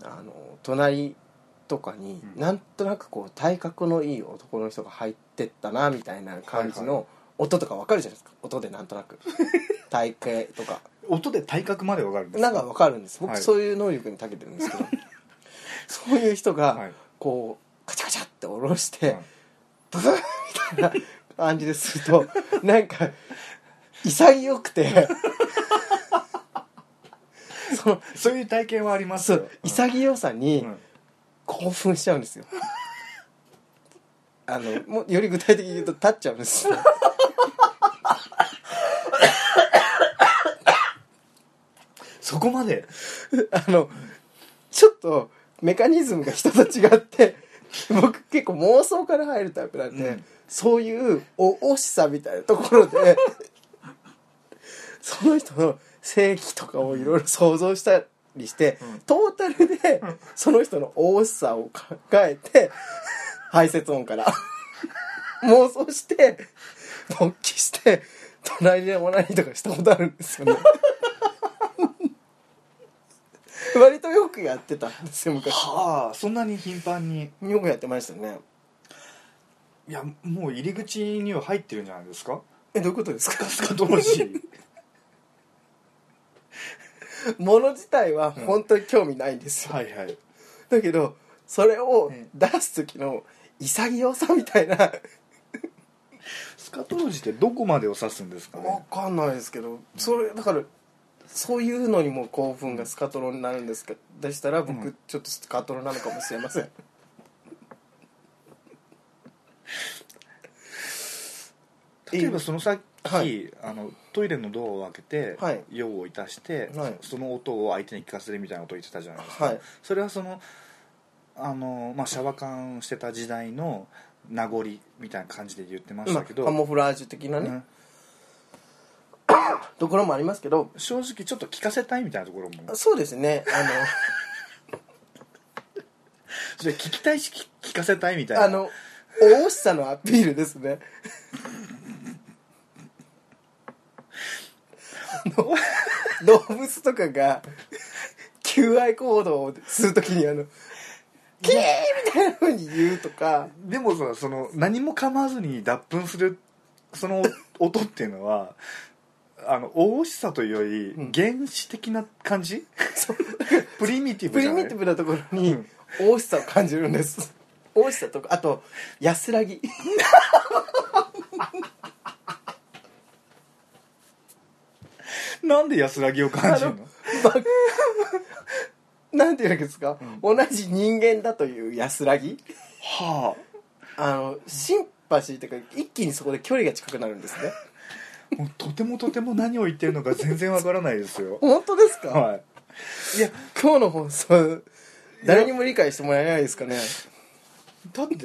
Speaker 1: あの隣とかに、
Speaker 2: うん
Speaker 1: なんとなくこう体格のいい男の人が入ってったなみたいな感じ
Speaker 2: はいは
Speaker 1: の音とかわかるじゃないですか音でなんとな
Speaker 2: (laughs)
Speaker 1: く体型とか
Speaker 2: 音で体格までわかるんです
Speaker 1: なんかわかるんです
Speaker 2: は
Speaker 1: 僕
Speaker 2: い
Speaker 1: そういう能力に長けてるんですけ
Speaker 2: (laughs)
Speaker 1: ど、そういう人
Speaker 2: は
Speaker 1: が
Speaker 2: い
Speaker 1: こうカチャカチャって下ろし
Speaker 2: は
Speaker 1: て
Speaker 2: い
Speaker 1: ブブーみたいな感じですると (laughs) なんか潔くて (laughs) その
Speaker 2: そういう体験はあります
Speaker 1: そ
Speaker 2: よ
Speaker 1: う潔さに
Speaker 2: うん
Speaker 1: 興奮しちゃうんですよあのもうより具体的に言うと立っちゃうんですよ
Speaker 2: そこまで
Speaker 1: (laughs) あの、ちょっとメカニズムが人と違って、僕結構妄想から入るタイプなんで、
Speaker 2: うん
Speaker 1: そういうお惜しさみたいなところで、その人の性器とかをいろいろ想像したりして、
Speaker 2: うん
Speaker 1: トータルでその人のお惜しさを考えて、排泄音から妄想して、勃起して、隣でオナニーとかしたことあるんですよ (laughs) ね。割とよくやってたんですよ昔
Speaker 2: はあそんなに頻繁に
Speaker 1: よくやってましたね
Speaker 2: いやもう入り口には入ってるんじゃないですか
Speaker 1: えどういうこと (laughs) ですか
Speaker 2: スカトロジ
Speaker 1: (laughs)
Speaker 2: ー
Speaker 1: もの自体は本当に興味ないんですよ、
Speaker 2: はいはい
Speaker 1: だけどそれを
Speaker 2: うん
Speaker 1: 出す時の潔さみたいな分
Speaker 2: スカトロジーってどこまでを指すんですかね
Speaker 1: かんないですけどそれだからそういうのにも興奮がスカトロになるんですかでしたら
Speaker 2: う
Speaker 1: 僕
Speaker 2: ん
Speaker 1: ちょっとスカトロなのかもしれません、
Speaker 2: 例えばそのさっき、
Speaker 1: はい
Speaker 2: あのトイレのドアを開けて、
Speaker 1: はい
Speaker 2: 用をいたして、
Speaker 1: はい
Speaker 2: その音を相手に聞かせるみたいなことを言ってたじゃないですか、
Speaker 1: はい
Speaker 2: それはそのあの、まあ、シャワカンしてた時代の名残みたいな感じで言ってまし
Speaker 1: ま
Speaker 2: た
Speaker 1: あ
Speaker 2: けど、
Speaker 1: カモフラージュ的なね、
Speaker 2: うん
Speaker 1: ところもありますけど
Speaker 2: 正直ちょっと聞かせたいみたいなところも
Speaker 1: そうですねあの
Speaker 2: で聞きたいし聞聞かせたいみたい (laughs) な
Speaker 1: あの、お惜しさのアピールですね。あの動物とかが、求愛行動をするときに、あの、キーみたいな風に言うとか、
Speaker 2: でもさその何も噛まずに脱粉するそのお音っていうのは (laughs) あの大しさというよ
Speaker 1: うん
Speaker 2: り原始的な感じ、 (laughs) プリミティブ
Speaker 1: プ
Speaker 2: じ
Speaker 1: リ
Speaker 2: ゃない
Speaker 1: ミティブなところに、お惜しさを感じるんです。お惜しさとか、あと、安らぎ。
Speaker 2: なんで安らぎを感じるの
Speaker 1: ばなんていうんですか、同じ人間だという安らぎ
Speaker 2: は
Speaker 1: あのシンパシーというか一気にそこで距離が近くなるんですね
Speaker 2: あもうとてもとても何を言ってるのか全然わからないですよ
Speaker 1: 本当ですか、
Speaker 2: はいいや
Speaker 1: 今日の放送誰にも理解してもらえないですかね
Speaker 2: だって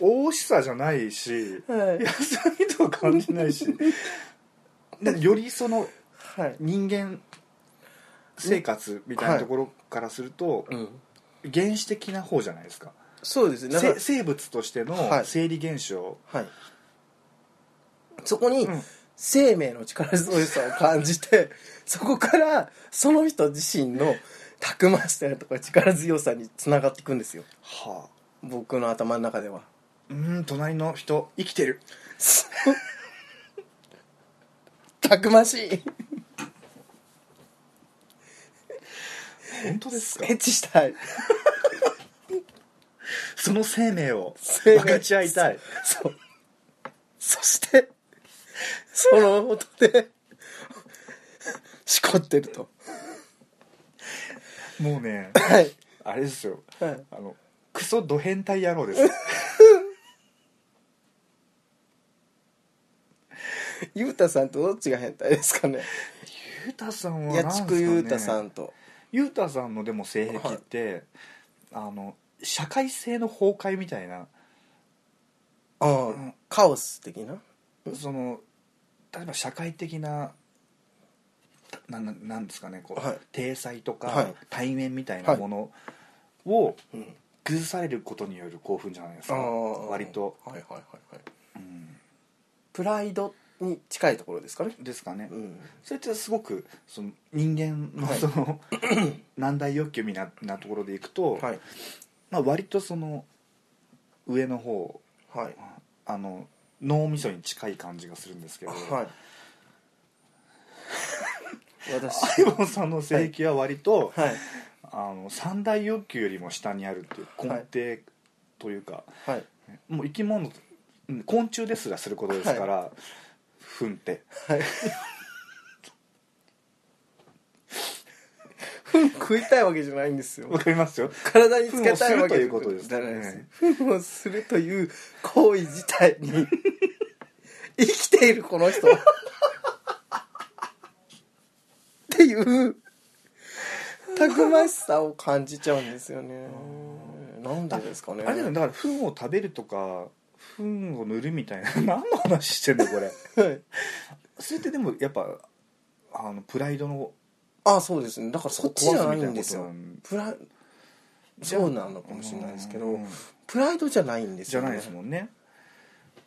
Speaker 2: 大しさじゃないし
Speaker 1: はい
Speaker 2: 優しみとは感じないしだってよりその
Speaker 1: はい
Speaker 2: 人間生活みたいなところからすると、
Speaker 1: うん
Speaker 2: 原始的な方じゃないですか
Speaker 1: そうですねだか
Speaker 2: せ生物としての
Speaker 1: はい
Speaker 2: 生理現象、
Speaker 1: らはいそこに
Speaker 2: うん
Speaker 1: 生命の力強さを感じて (laughs) そこからその人自身のたくましさとか力強さにつながっていくんですよ
Speaker 2: はあ
Speaker 1: 僕の頭の中では
Speaker 2: うーん隣の人生きてる
Speaker 1: たくましい
Speaker 2: 本当ですか
Speaker 1: エッチしたい
Speaker 2: その生命を
Speaker 1: 生命
Speaker 2: 分かち合いたい
Speaker 1: そうそしてその音でしこってると
Speaker 2: (laughs) もうね
Speaker 1: はい
Speaker 2: あれですよ
Speaker 1: はい
Speaker 2: あのクソド変態野郎です
Speaker 1: ゆうたさんとどっちが変態ですかね
Speaker 2: ゆうたさんは
Speaker 1: や
Speaker 2: なんす
Speaker 1: ち
Speaker 2: か、
Speaker 1: く
Speaker 2: ね、
Speaker 1: ゆうたさんと
Speaker 2: ゆうたさんのでも性癖って、あの社会性の崩壊みたいな
Speaker 1: ああ、
Speaker 2: ん
Speaker 1: カオス的な
Speaker 2: その例えば社会的なたなななんですかねこう、
Speaker 1: はい
Speaker 2: 体裁とか、
Speaker 1: はい
Speaker 2: 対面みたいなものを
Speaker 1: うん
Speaker 2: 崩されることによる興奮じゃないです
Speaker 1: あ
Speaker 2: か
Speaker 1: あ
Speaker 2: 割と、
Speaker 1: はいはいはいはい
Speaker 2: うん
Speaker 1: プライドに近いところですかね
Speaker 2: ですかね、
Speaker 1: うん
Speaker 2: それってすごくその人間の
Speaker 1: はい
Speaker 2: その、 (coughs) 難題欲求みたいなところでいくと、
Speaker 1: はい
Speaker 2: まあ、割とその上の方
Speaker 1: はい
Speaker 2: あの脳みそに近い感じがするんですけど、 (laughs)
Speaker 1: はい私
Speaker 2: 相棒さんの性域は割と、
Speaker 1: はい
Speaker 2: あの三大欲求よりも下にあるっていう根
Speaker 1: はい
Speaker 2: 底というか、
Speaker 1: はい
Speaker 2: もう生き物うん昆虫ですらすることですから、糞って
Speaker 1: はい。ふん食いたいわけじゃないんですよ。
Speaker 2: わかりますよ
Speaker 1: 体につけたいわけ
Speaker 2: 糞をするということです
Speaker 1: じゃないです。ふんをするという行為自体に生きているこの人。っていうたくましさを感じちゃうんですよね。なんでですかね。
Speaker 2: あれだよだから糞を食べるとか糞を塗るみたいな (laughs) 何の話してんのこれ
Speaker 1: はい
Speaker 2: (laughs) それってでもやっぱあのプライドの
Speaker 1: あ、そうですね。だからそっちじゃないんです
Speaker 2: 壊
Speaker 1: よ
Speaker 2: すみたいなことなん。
Speaker 1: プラそうなのかもしれないですけど。
Speaker 2: うん
Speaker 1: プライドじゃないんです
Speaker 2: じゃ
Speaker 1: よ、ね、
Speaker 2: ないですもんね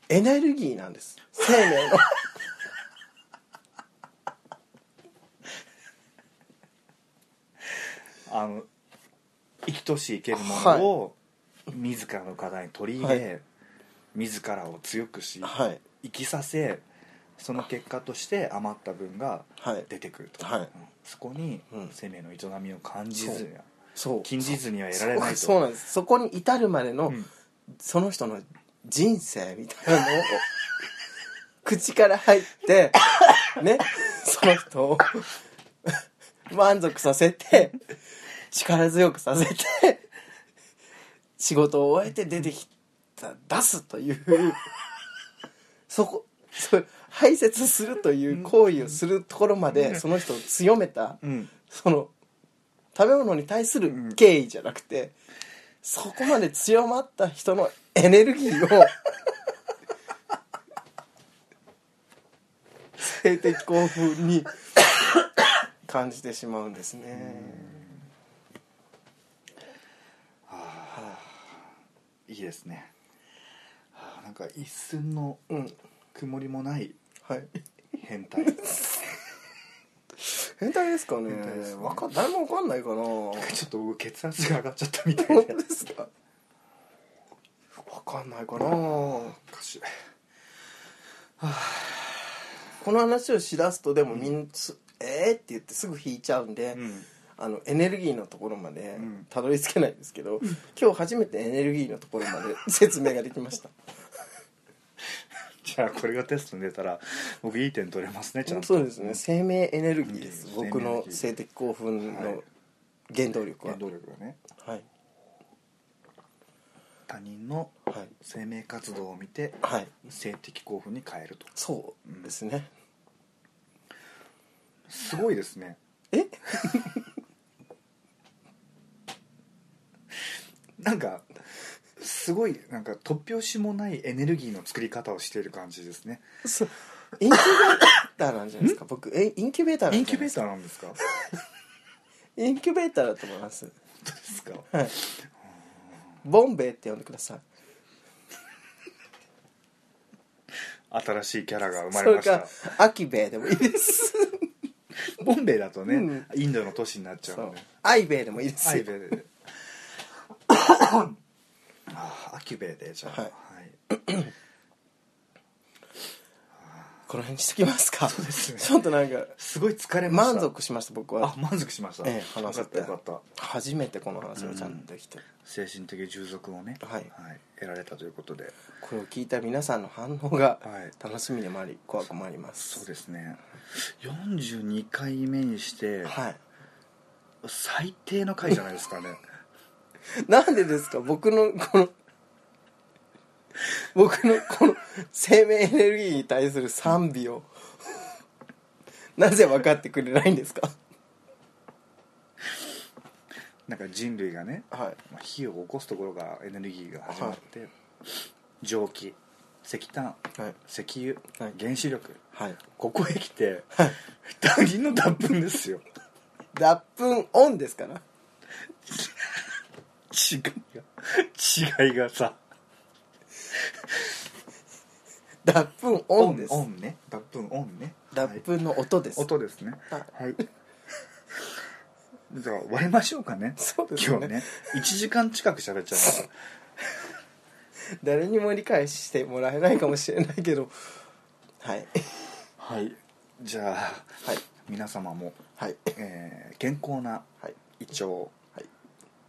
Speaker 1: エネルギーなんです生命の
Speaker 2: あの生きとし生けるものを自らの課題に取り入れ、
Speaker 1: は
Speaker 2: 自らを強くし
Speaker 1: はい
Speaker 2: 生きさせその結果として余った分が
Speaker 1: はい
Speaker 2: 出てくると、
Speaker 1: はい
Speaker 2: うんそこに
Speaker 1: うん
Speaker 2: 生命の営みを感じずには、
Speaker 1: そう
Speaker 2: 禁じずには得られないと
Speaker 1: そうそうなんですそこに至るまでの、
Speaker 2: うん
Speaker 1: その人の人生みたいなのを (laughs) 口から入
Speaker 2: (laughs)
Speaker 1: ってねその人を (laughs) 満足させて力強くさせて仕事を終えて出てきた出すというそこそう排泄するという行為をするところまでその人を強めた
Speaker 2: うん
Speaker 1: その食べ物に対する敬意じゃなくて、そこまで強まった人のエネルギー (laughs) を性的興奮に感じてしまうんですね。
Speaker 2: いいですねはあなんか一寸の
Speaker 1: うん、
Speaker 2: 曇りもない
Speaker 1: はい。
Speaker 2: 変
Speaker 1: (laughs)
Speaker 2: 態
Speaker 1: 変態ですかね
Speaker 2: 変態です。ね
Speaker 1: わか誰もわかんないか (laughs) な。
Speaker 2: ちょっと僕血圧が上がっちゃったみたい
Speaker 1: 本
Speaker 2: で
Speaker 1: 当ですか。わかんないかな。
Speaker 2: おかしい
Speaker 1: この話をしだすとでもみんなす「えー?」って言ってすぐ引いちゃうんで、
Speaker 2: うん
Speaker 1: あのエネルギーのところまで
Speaker 2: ん
Speaker 1: たどり着けないんですけど、今日初めてエネルギーのところまで (laughs) 説明ができました
Speaker 2: (laughs) じゃあこれがテストに出たら僕いい点取れますねちゃんと
Speaker 1: そうですね生命エネルギーです、
Speaker 2: うん
Speaker 1: 僕の
Speaker 2: 生命エネルギー
Speaker 1: 性的興奮
Speaker 2: はい
Speaker 1: の原動力は
Speaker 2: 原動力がね
Speaker 1: はい
Speaker 2: 他人の
Speaker 1: はい
Speaker 2: 生命活動を見て
Speaker 1: はい
Speaker 2: 性的興奮に変えると
Speaker 1: そうですね、
Speaker 2: すごいですね
Speaker 1: え
Speaker 2: なんかすごいなんか突拍子もないエネルギーの作り方をしている感じですね
Speaker 1: そうインキュベーターなんじゃないですか僕えインキュベーターな
Speaker 2: イ
Speaker 1: ん
Speaker 2: ン
Speaker 1: じ
Speaker 2: キ
Speaker 1: ゃ
Speaker 2: ュ
Speaker 1: ない
Speaker 2: ベ
Speaker 1: で
Speaker 2: ー
Speaker 1: すか
Speaker 2: ターなんですか
Speaker 1: インキュベーターだと思います
Speaker 2: ですか
Speaker 1: はいボンベイって呼んでください
Speaker 2: 新しいキャラが生ま
Speaker 1: そ
Speaker 2: れ
Speaker 1: れ
Speaker 2: ました
Speaker 1: かアキベイでもいいです
Speaker 2: ボンベイだとね、
Speaker 1: うん
Speaker 2: インドの都市になっちゃう
Speaker 1: (laughs) そ
Speaker 2: の
Speaker 1: う
Speaker 2: で
Speaker 1: アイベイでもいいです
Speaker 2: アイ
Speaker 1: よ
Speaker 2: ベであーアキベでじゃあ、
Speaker 1: はい
Speaker 2: はい
Speaker 1: この辺にしときますかそう
Speaker 2: ですね
Speaker 1: ちょっとなんか
Speaker 2: すごい疲れました
Speaker 1: 満足しました僕は
Speaker 2: あ満足しました、
Speaker 1: ええ話せて
Speaker 2: よかったよかった
Speaker 1: 初めてこの話がちゃんとできて、
Speaker 2: 精神的従属をね、
Speaker 1: はい
Speaker 2: 得られたということで
Speaker 1: これを聞いた皆さんの反応が
Speaker 2: はい
Speaker 1: 楽しみでもあり怖くもあります
Speaker 2: そうですね42回目にして、
Speaker 1: はい
Speaker 2: 最低の回じゃないですかね (laughs)
Speaker 1: なんでですか僕のこの僕のこの生命エネルギーに対する賛美
Speaker 2: (laughs)
Speaker 1: をなぜ分かってくれないんですか
Speaker 2: なんか人類がね、
Speaker 1: はい
Speaker 2: まあ、火を起こすところからエネルギーが始まって、蒸気石炭
Speaker 1: はい
Speaker 2: 石油、
Speaker 1: はい
Speaker 2: 原子力
Speaker 1: はい
Speaker 2: ここへ来て他人の脱粉ですよ
Speaker 1: 脱粉オンですから
Speaker 2: 違いが違いがさ
Speaker 1: 脱粉オンです
Speaker 2: オンね脱粉オンね
Speaker 1: 脱粉の音です、
Speaker 2: 音ですね
Speaker 1: は
Speaker 2: はいじゃあ終わりましょうかね
Speaker 1: そうですね
Speaker 2: 今日ね1時間近く喋っちゃいました
Speaker 1: 誰にも理解してもらえないかもしれないけどはい
Speaker 2: はいじゃあ
Speaker 1: はい
Speaker 2: 皆様も、
Speaker 1: はい
Speaker 2: えー健康な
Speaker 1: はい
Speaker 2: 胃腸を
Speaker 1: はい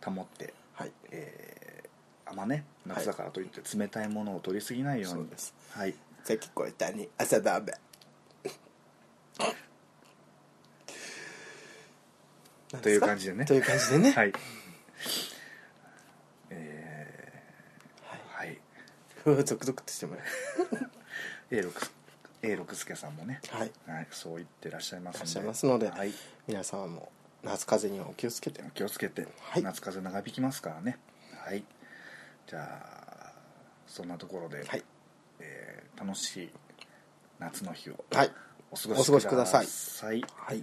Speaker 2: 保って、
Speaker 1: はい
Speaker 2: えー、あんまね夏だからといって冷たいものを取りすぎないように
Speaker 1: そうです
Speaker 2: はい
Speaker 1: 関越えたに朝だべ
Speaker 2: という感じでね
Speaker 1: という感じでね、 (laughs)
Speaker 2: はいえー、はい
Speaker 1: (laughs) 続々としてもら
Speaker 2: A6 A6 助さんもね、
Speaker 1: はいい
Speaker 2: はい、そう言ってらっしゃいます
Speaker 1: らっしゃいますので、
Speaker 2: はい、
Speaker 1: 皆様も夏風邪にはお気をつけて
Speaker 2: 気をつけて、
Speaker 1: はい
Speaker 2: 夏風邪長引きますからねはいじゃあそんなところで、
Speaker 1: はい
Speaker 2: えー楽しい夏の日を
Speaker 1: はい
Speaker 2: お過
Speaker 1: お過ごしください
Speaker 2: はい
Speaker 1: はい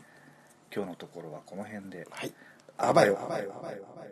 Speaker 2: 今日のところはこの辺で
Speaker 1: はい
Speaker 2: あばよ
Speaker 1: あばよあばよあばよあばよ